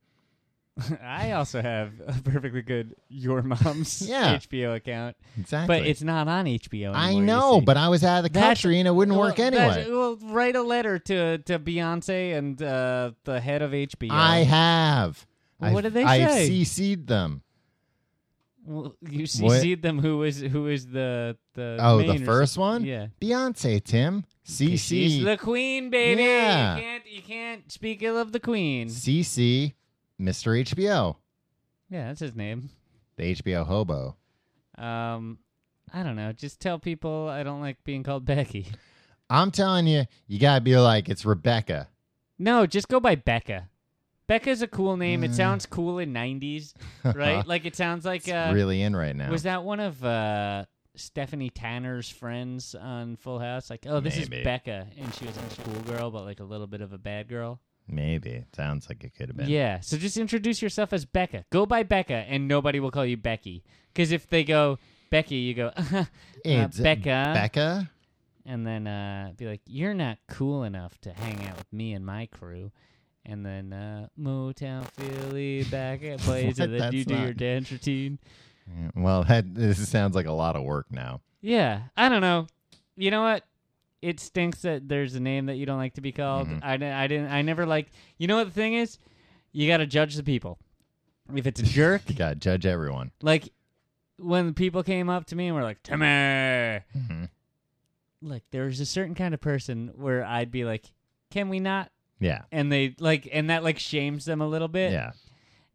Speaker 2: I also have a perfectly good your mom's
Speaker 1: Yeah.
Speaker 2: HBO account,
Speaker 1: Exactly.
Speaker 2: but it's not on HBO. Anymore,
Speaker 1: I
Speaker 2: you
Speaker 1: know,
Speaker 2: see.
Speaker 1: but I was out of the
Speaker 2: That's-
Speaker 1: country and it wouldn't
Speaker 2: Well,
Speaker 1: work
Speaker 2: that's-
Speaker 1: anyway.
Speaker 2: Well, write a letter to to Beyonce and uh, the head of HBO.
Speaker 1: I have.
Speaker 2: Well, what
Speaker 1: I've-
Speaker 2: did they
Speaker 1: I
Speaker 2: say?
Speaker 1: CC'd them.
Speaker 2: Well, you
Speaker 1: What?
Speaker 2: CC'd them. Who was who was the the
Speaker 1: Oh, the
Speaker 2: main or
Speaker 1: first
Speaker 2: something.
Speaker 1: one?
Speaker 2: Yeah,
Speaker 1: Beyonce, Tim.
Speaker 2: 'Cause she's
Speaker 1: CC.
Speaker 2: the queen, baby.
Speaker 1: Yeah.
Speaker 2: You can't you can't speak ill of the queen.
Speaker 1: CC, Mr. HBO.
Speaker 2: Yeah, that's his name.
Speaker 1: The HBO hobo.
Speaker 2: Um, I don't know. Just tell people I don't like being called Becky.
Speaker 1: I'm telling you, you gotta be like it's Rebecca.
Speaker 2: No, just go by Becca. Becca's a cool name. It sounds cool in '90s, right? like it sounds like
Speaker 1: Hmm. It's
Speaker 2: uh,
Speaker 1: really in right now.
Speaker 2: was that one of uh, Stephanie Tanner's friends on Full House? Like, oh, this
Speaker 1: Maybe.
Speaker 2: is Becca, and she was like a schoolgirl, but like a little bit of a bad girl.
Speaker 1: Maybe it sounds like it could have been.
Speaker 2: Yeah. So just introduce yourself as Becca. Go by Becca, and nobody will call you Becky. Because if they go Becky, you go uh,
Speaker 1: It's
Speaker 2: Becca,
Speaker 1: Becca.
Speaker 2: and then uh, be like, "You're not cool enough to hang out with me and my crew." And then uh, Motown Philly back at plays,
Speaker 1: What?
Speaker 2: and then you
Speaker 1: That's
Speaker 2: do your
Speaker 1: not-
Speaker 2: dance routine.
Speaker 1: Yeah, Well, that this sounds like a lot of work now.
Speaker 2: Yeah, I don't know. You know what? It stinks that there's a name that you don't like to be called.
Speaker 1: Mhm.
Speaker 2: I, di- I didn't. I never liked. You know what the thing is? You got to judge the people. If it's a jerk,
Speaker 1: You gotta judge everyone.
Speaker 2: like when people came up to me and were like, "Timmy,"
Speaker 1: Mhm.
Speaker 2: like there was a certain kind of person where I'd be like, "Can we not?"
Speaker 1: Yeah,
Speaker 2: And they like, and that like shames them a little bit.
Speaker 1: yeah.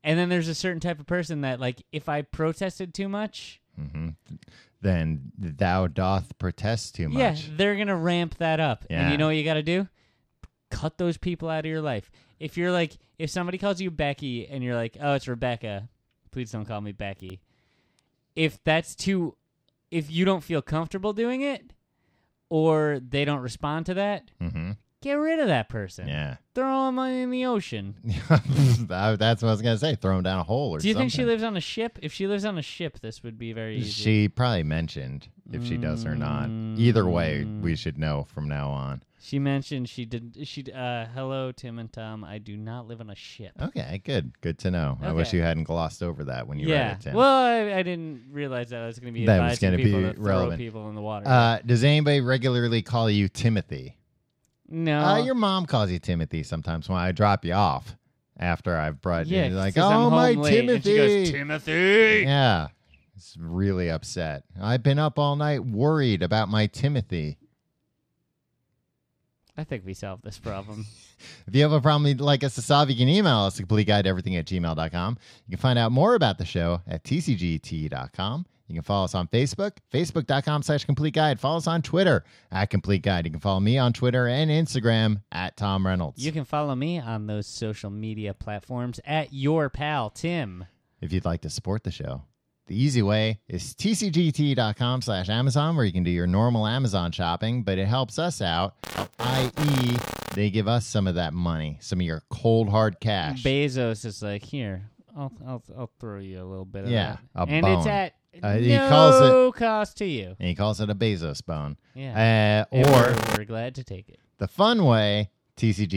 Speaker 2: And then there's a certain type of person that like, if I protested too much,
Speaker 1: hmm Then thou doth protest too
Speaker 2: Yeah,
Speaker 1: much.
Speaker 2: they're gonna ramp that up. And
Speaker 1: Yeah.
Speaker 2: you know what you gotta do? Cut those people out of your life. If you're like if somebody calls you Becky and you're like, Oh, it's Rebecca, please don't call me Becky. If that's too if you don't feel comfortable doing it or they don't respond to that,
Speaker 1: hmm
Speaker 2: get rid of that person.
Speaker 1: Yeah.
Speaker 2: Throw them in the ocean.
Speaker 1: That- That's what I was gonna say. Throw him down a hole or
Speaker 2: Do you
Speaker 1: something.
Speaker 2: think she lives on a ship? If she lives on a ship, this would be very easy.
Speaker 1: She probably mentioned if she does or not. Either way,
Speaker 2: Mm.
Speaker 1: we should know from now on.
Speaker 2: She mentioned she did. She uh, hello Tim and Tom. I do not live on a ship.
Speaker 1: Okay, good. Good to know. I wish
Speaker 2: Okay.
Speaker 1: you hadn't glossed over that when you read it, Tim.
Speaker 2: Well, I, I didn't realize that I was going to be
Speaker 1: That was
Speaker 2: advising
Speaker 1: gonna
Speaker 2: people
Speaker 1: be
Speaker 2: to throw
Speaker 1: relevant.
Speaker 2: people in the water.
Speaker 1: uh, does anybody regularly call you Timothy?
Speaker 2: no,
Speaker 1: Uh, your mom calls you Timothy sometimes when I drop you off after I've brought you.
Speaker 2: yeah,
Speaker 1: You're like,
Speaker 2: 'cause I'm
Speaker 1: oh, my
Speaker 2: home late," and
Speaker 1: Timothy.
Speaker 2: she goes, Timothy.
Speaker 1: yeah. It's really upset. I've been up all night worried about my Timothy.
Speaker 2: I think we solved this problem.
Speaker 1: If you have a problem you'd like us to solve, you can email us at completeguideeverything at gmail.com. You can find out more about the show at tcgt.com. You can follow us on Facebook, facebook.com slash complete guide. Follow us on Twitter at complete guide. You can follow me on Twitter and Instagram at Tom Reynolds.
Speaker 2: you can follow me on those social media platforms at your pal Tim.
Speaker 1: If you'd like to support the show, the easy way is tcgt.com slash Amazon, where you can do your normal Amazon shopping, but it helps us out, i.e., they give us some of that money, some of your cold hard cash.
Speaker 2: Bezos is like, here, I'll I'll, I'll throw you a little bit of
Speaker 1: Yeah,
Speaker 2: that,
Speaker 1: a
Speaker 2: and it's
Speaker 1: bone.
Speaker 2: at
Speaker 1: Uh,
Speaker 2: no
Speaker 1: he calls it-
Speaker 2: cost to you.
Speaker 1: and he calls it a Bezos bone.
Speaker 2: Yeah,
Speaker 1: Uh,
Speaker 2: And
Speaker 1: or
Speaker 2: we're- we're glad to take it.
Speaker 1: the fun way,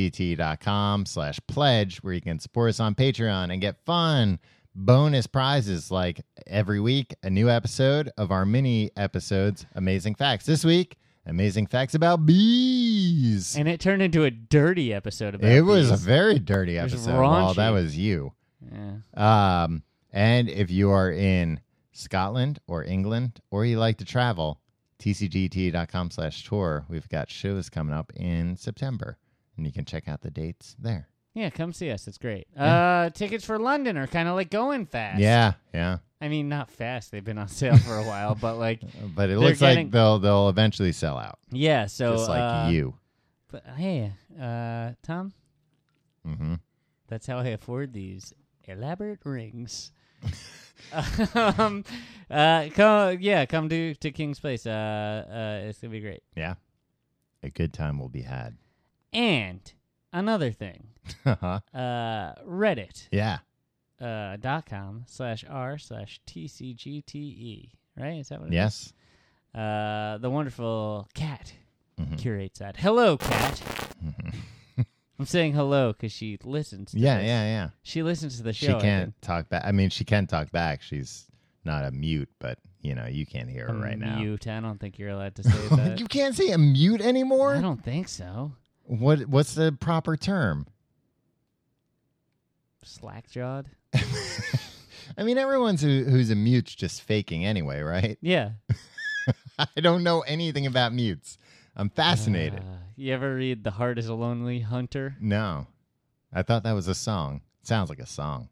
Speaker 1: tcgt.com slash pledge, where you can support us on Patreon and get fun bonus prizes like every week, a new episode of our mini episodes, Amazing Facts. This week, Amazing Facts about bees.
Speaker 2: And it turned into a dirty episode about
Speaker 1: it was a
Speaker 2: bees.
Speaker 1: very dirty
Speaker 2: It was
Speaker 1: episode. Well,
Speaker 2: raunchy.
Speaker 1: that was you.
Speaker 2: yeah.
Speaker 1: Um, and if you are in Scotland or England or you like to travel, tcgt.com slash tour. We've got shows coming up in September, and you can check out the dates there.
Speaker 2: Yeah, come see us. It's great. Uh, tickets for London are kind of like going fast.
Speaker 1: Yeah, yeah.
Speaker 2: I mean, not fast. They've been on sale for a while, but like,
Speaker 1: But it looks
Speaker 2: getting-
Speaker 1: like they'll they'll eventually sell out,
Speaker 2: yeah. So
Speaker 1: just like
Speaker 2: uh,
Speaker 1: you.
Speaker 2: But hey, uh, Tom,
Speaker 1: hmm
Speaker 2: that's how I afford these elaborate rings. um, uh, come, yeah, come to to King's Place. Uh, uh, it's gonna be great.
Speaker 1: Yeah, a good time will be had.
Speaker 2: And another thing, uh, Reddit.
Speaker 1: Uh-huh. yeah,
Speaker 2: Uh, dot com slash r slash tcgte. E, Right? Is that what? it is?
Speaker 1: yes.
Speaker 2: Uh, the wonderful cat
Speaker 1: Mhm.
Speaker 2: curates that. Hello, cat. I'm saying hello because she listens. To
Speaker 1: Yeah,
Speaker 2: this.
Speaker 1: yeah, yeah.
Speaker 2: She listens to the show.
Speaker 1: she
Speaker 2: I
Speaker 1: can't
Speaker 2: think.
Speaker 1: talk back. I mean, she can talk back. She's not a mute, but you know, you can't hear her
Speaker 2: A
Speaker 1: right now.
Speaker 2: Mute. I don't think you're allowed to say that.
Speaker 1: you can't say a mute
Speaker 2: I
Speaker 1: anymore.
Speaker 2: don't think so.
Speaker 1: What what's the proper term?
Speaker 2: Slackjawed.
Speaker 1: I mean, everyone's who, who's a mute's just faking anyway, right?
Speaker 2: Yeah.
Speaker 1: I don't know anything about mutes. I'm fascinated.
Speaker 2: Uh, you ever read "The Heart Is a Lonely Hunter"?
Speaker 1: no, I thought that was a song. Sounds like a song.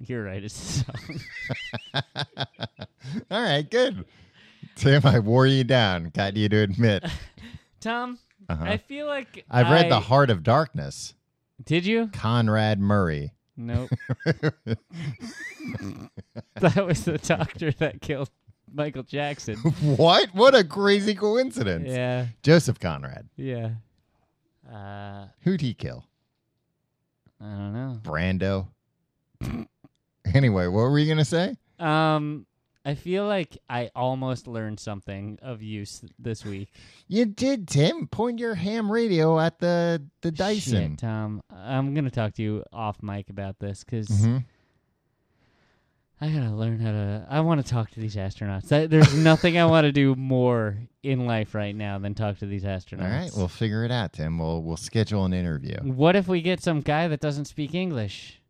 Speaker 2: You're right. It's a song.
Speaker 1: All right, good. Tim, I wore you down. Got you to admit.
Speaker 2: Tom,
Speaker 1: Uh-huh.
Speaker 2: I feel like
Speaker 1: I've read The
Speaker 2: I-
Speaker 1: Heart of Darkness,
Speaker 2: Did you?
Speaker 1: Conrad Murray.
Speaker 2: Nope. that was the doctor that killed Michael Jackson.
Speaker 1: what? What a crazy coincidence.
Speaker 2: yeah,
Speaker 1: Joseph Conrad.
Speaker 2: yeah. Uh,
Speaker 1: Who'd he kill?
Speaker 2: I don't know.
Speaker 1: Brando. anyway, what were you going to say?
Speaker 2: Um, I feel like I almost learned something of use this week.
Speaker 1: You did, Tim. Point your ham radio at the, the Dyson.
Speaker 2: Shit, Tom, I'm gonna talk to you off mic about this because
Speaker 1: Mhm.
Speaker 2: I gotta learn how to. I want to talk to these astronauts. I, there's nothing I want to do more in life right now than talk to these astronauts.
Speaker 1: All right, we'll figure it out, Tim. We'll we'll schedule an interview.
Speaker 2: what if we get some guy that doesn't speak English?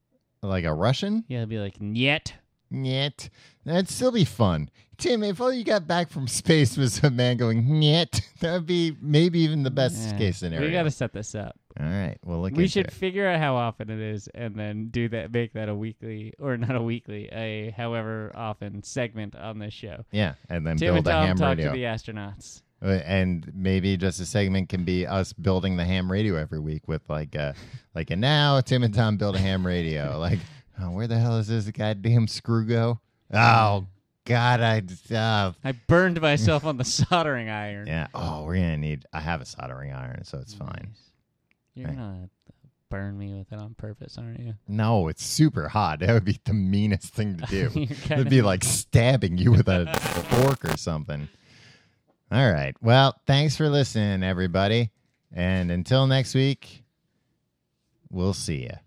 Speaker 1: Like a Russian?
Speaker 2: Yeah, he'll be like, "Yet."
Speaker 1: Nyet. That'd still be fun. Tim, if all you got back from space was a man going nyet, that would be maybe even the best case scenario.
Speaker 2: We gotta set this up.
Speaker 1: All right, we'll look
Speaker 2: we
Speaker 1: into
Speaker 2: should
Speaker 1: it.
Speaker 2: figure out how often it is, and then do that. Make that a weekly, or not a weekly, a however often segment on this show.
Speaker 1: Yeah, and then
Speaker 2: Tim and
Speaker 1: build a
Speaker 2: Tom
Speaker 1: ham
Speaker 2: talk
Speaker 1: radio.
Speaker 2: to the astronauts.
Speaker 1: Uh, and maybe just a segment can be us building the ham radio every week with like uh like and now Tim and Tom build a ham radio like oh, where the hell is this goddamn screw go oh god I uh,
Speaker 2: I burned myself on the soldering iron.
Speaker 1: yeah oh we're gonna need I have a soldering iron so
Speaker 2: Mm.
Speaker 1: it's fine
Speaker 2: Nice. You're
Speaker 1: Right.
Speaker 2: gonna burn me with it on purpose, aren't you?
Speaker 1: no it's super hot that would be the meanest thing to do
Speaker 2: You're
Speaker 1: it'd
Speaker 2: gonna-
Speaker 1: be like stabbing you with a fork or something all right well thanks for listening everybody and until next week we'll see you.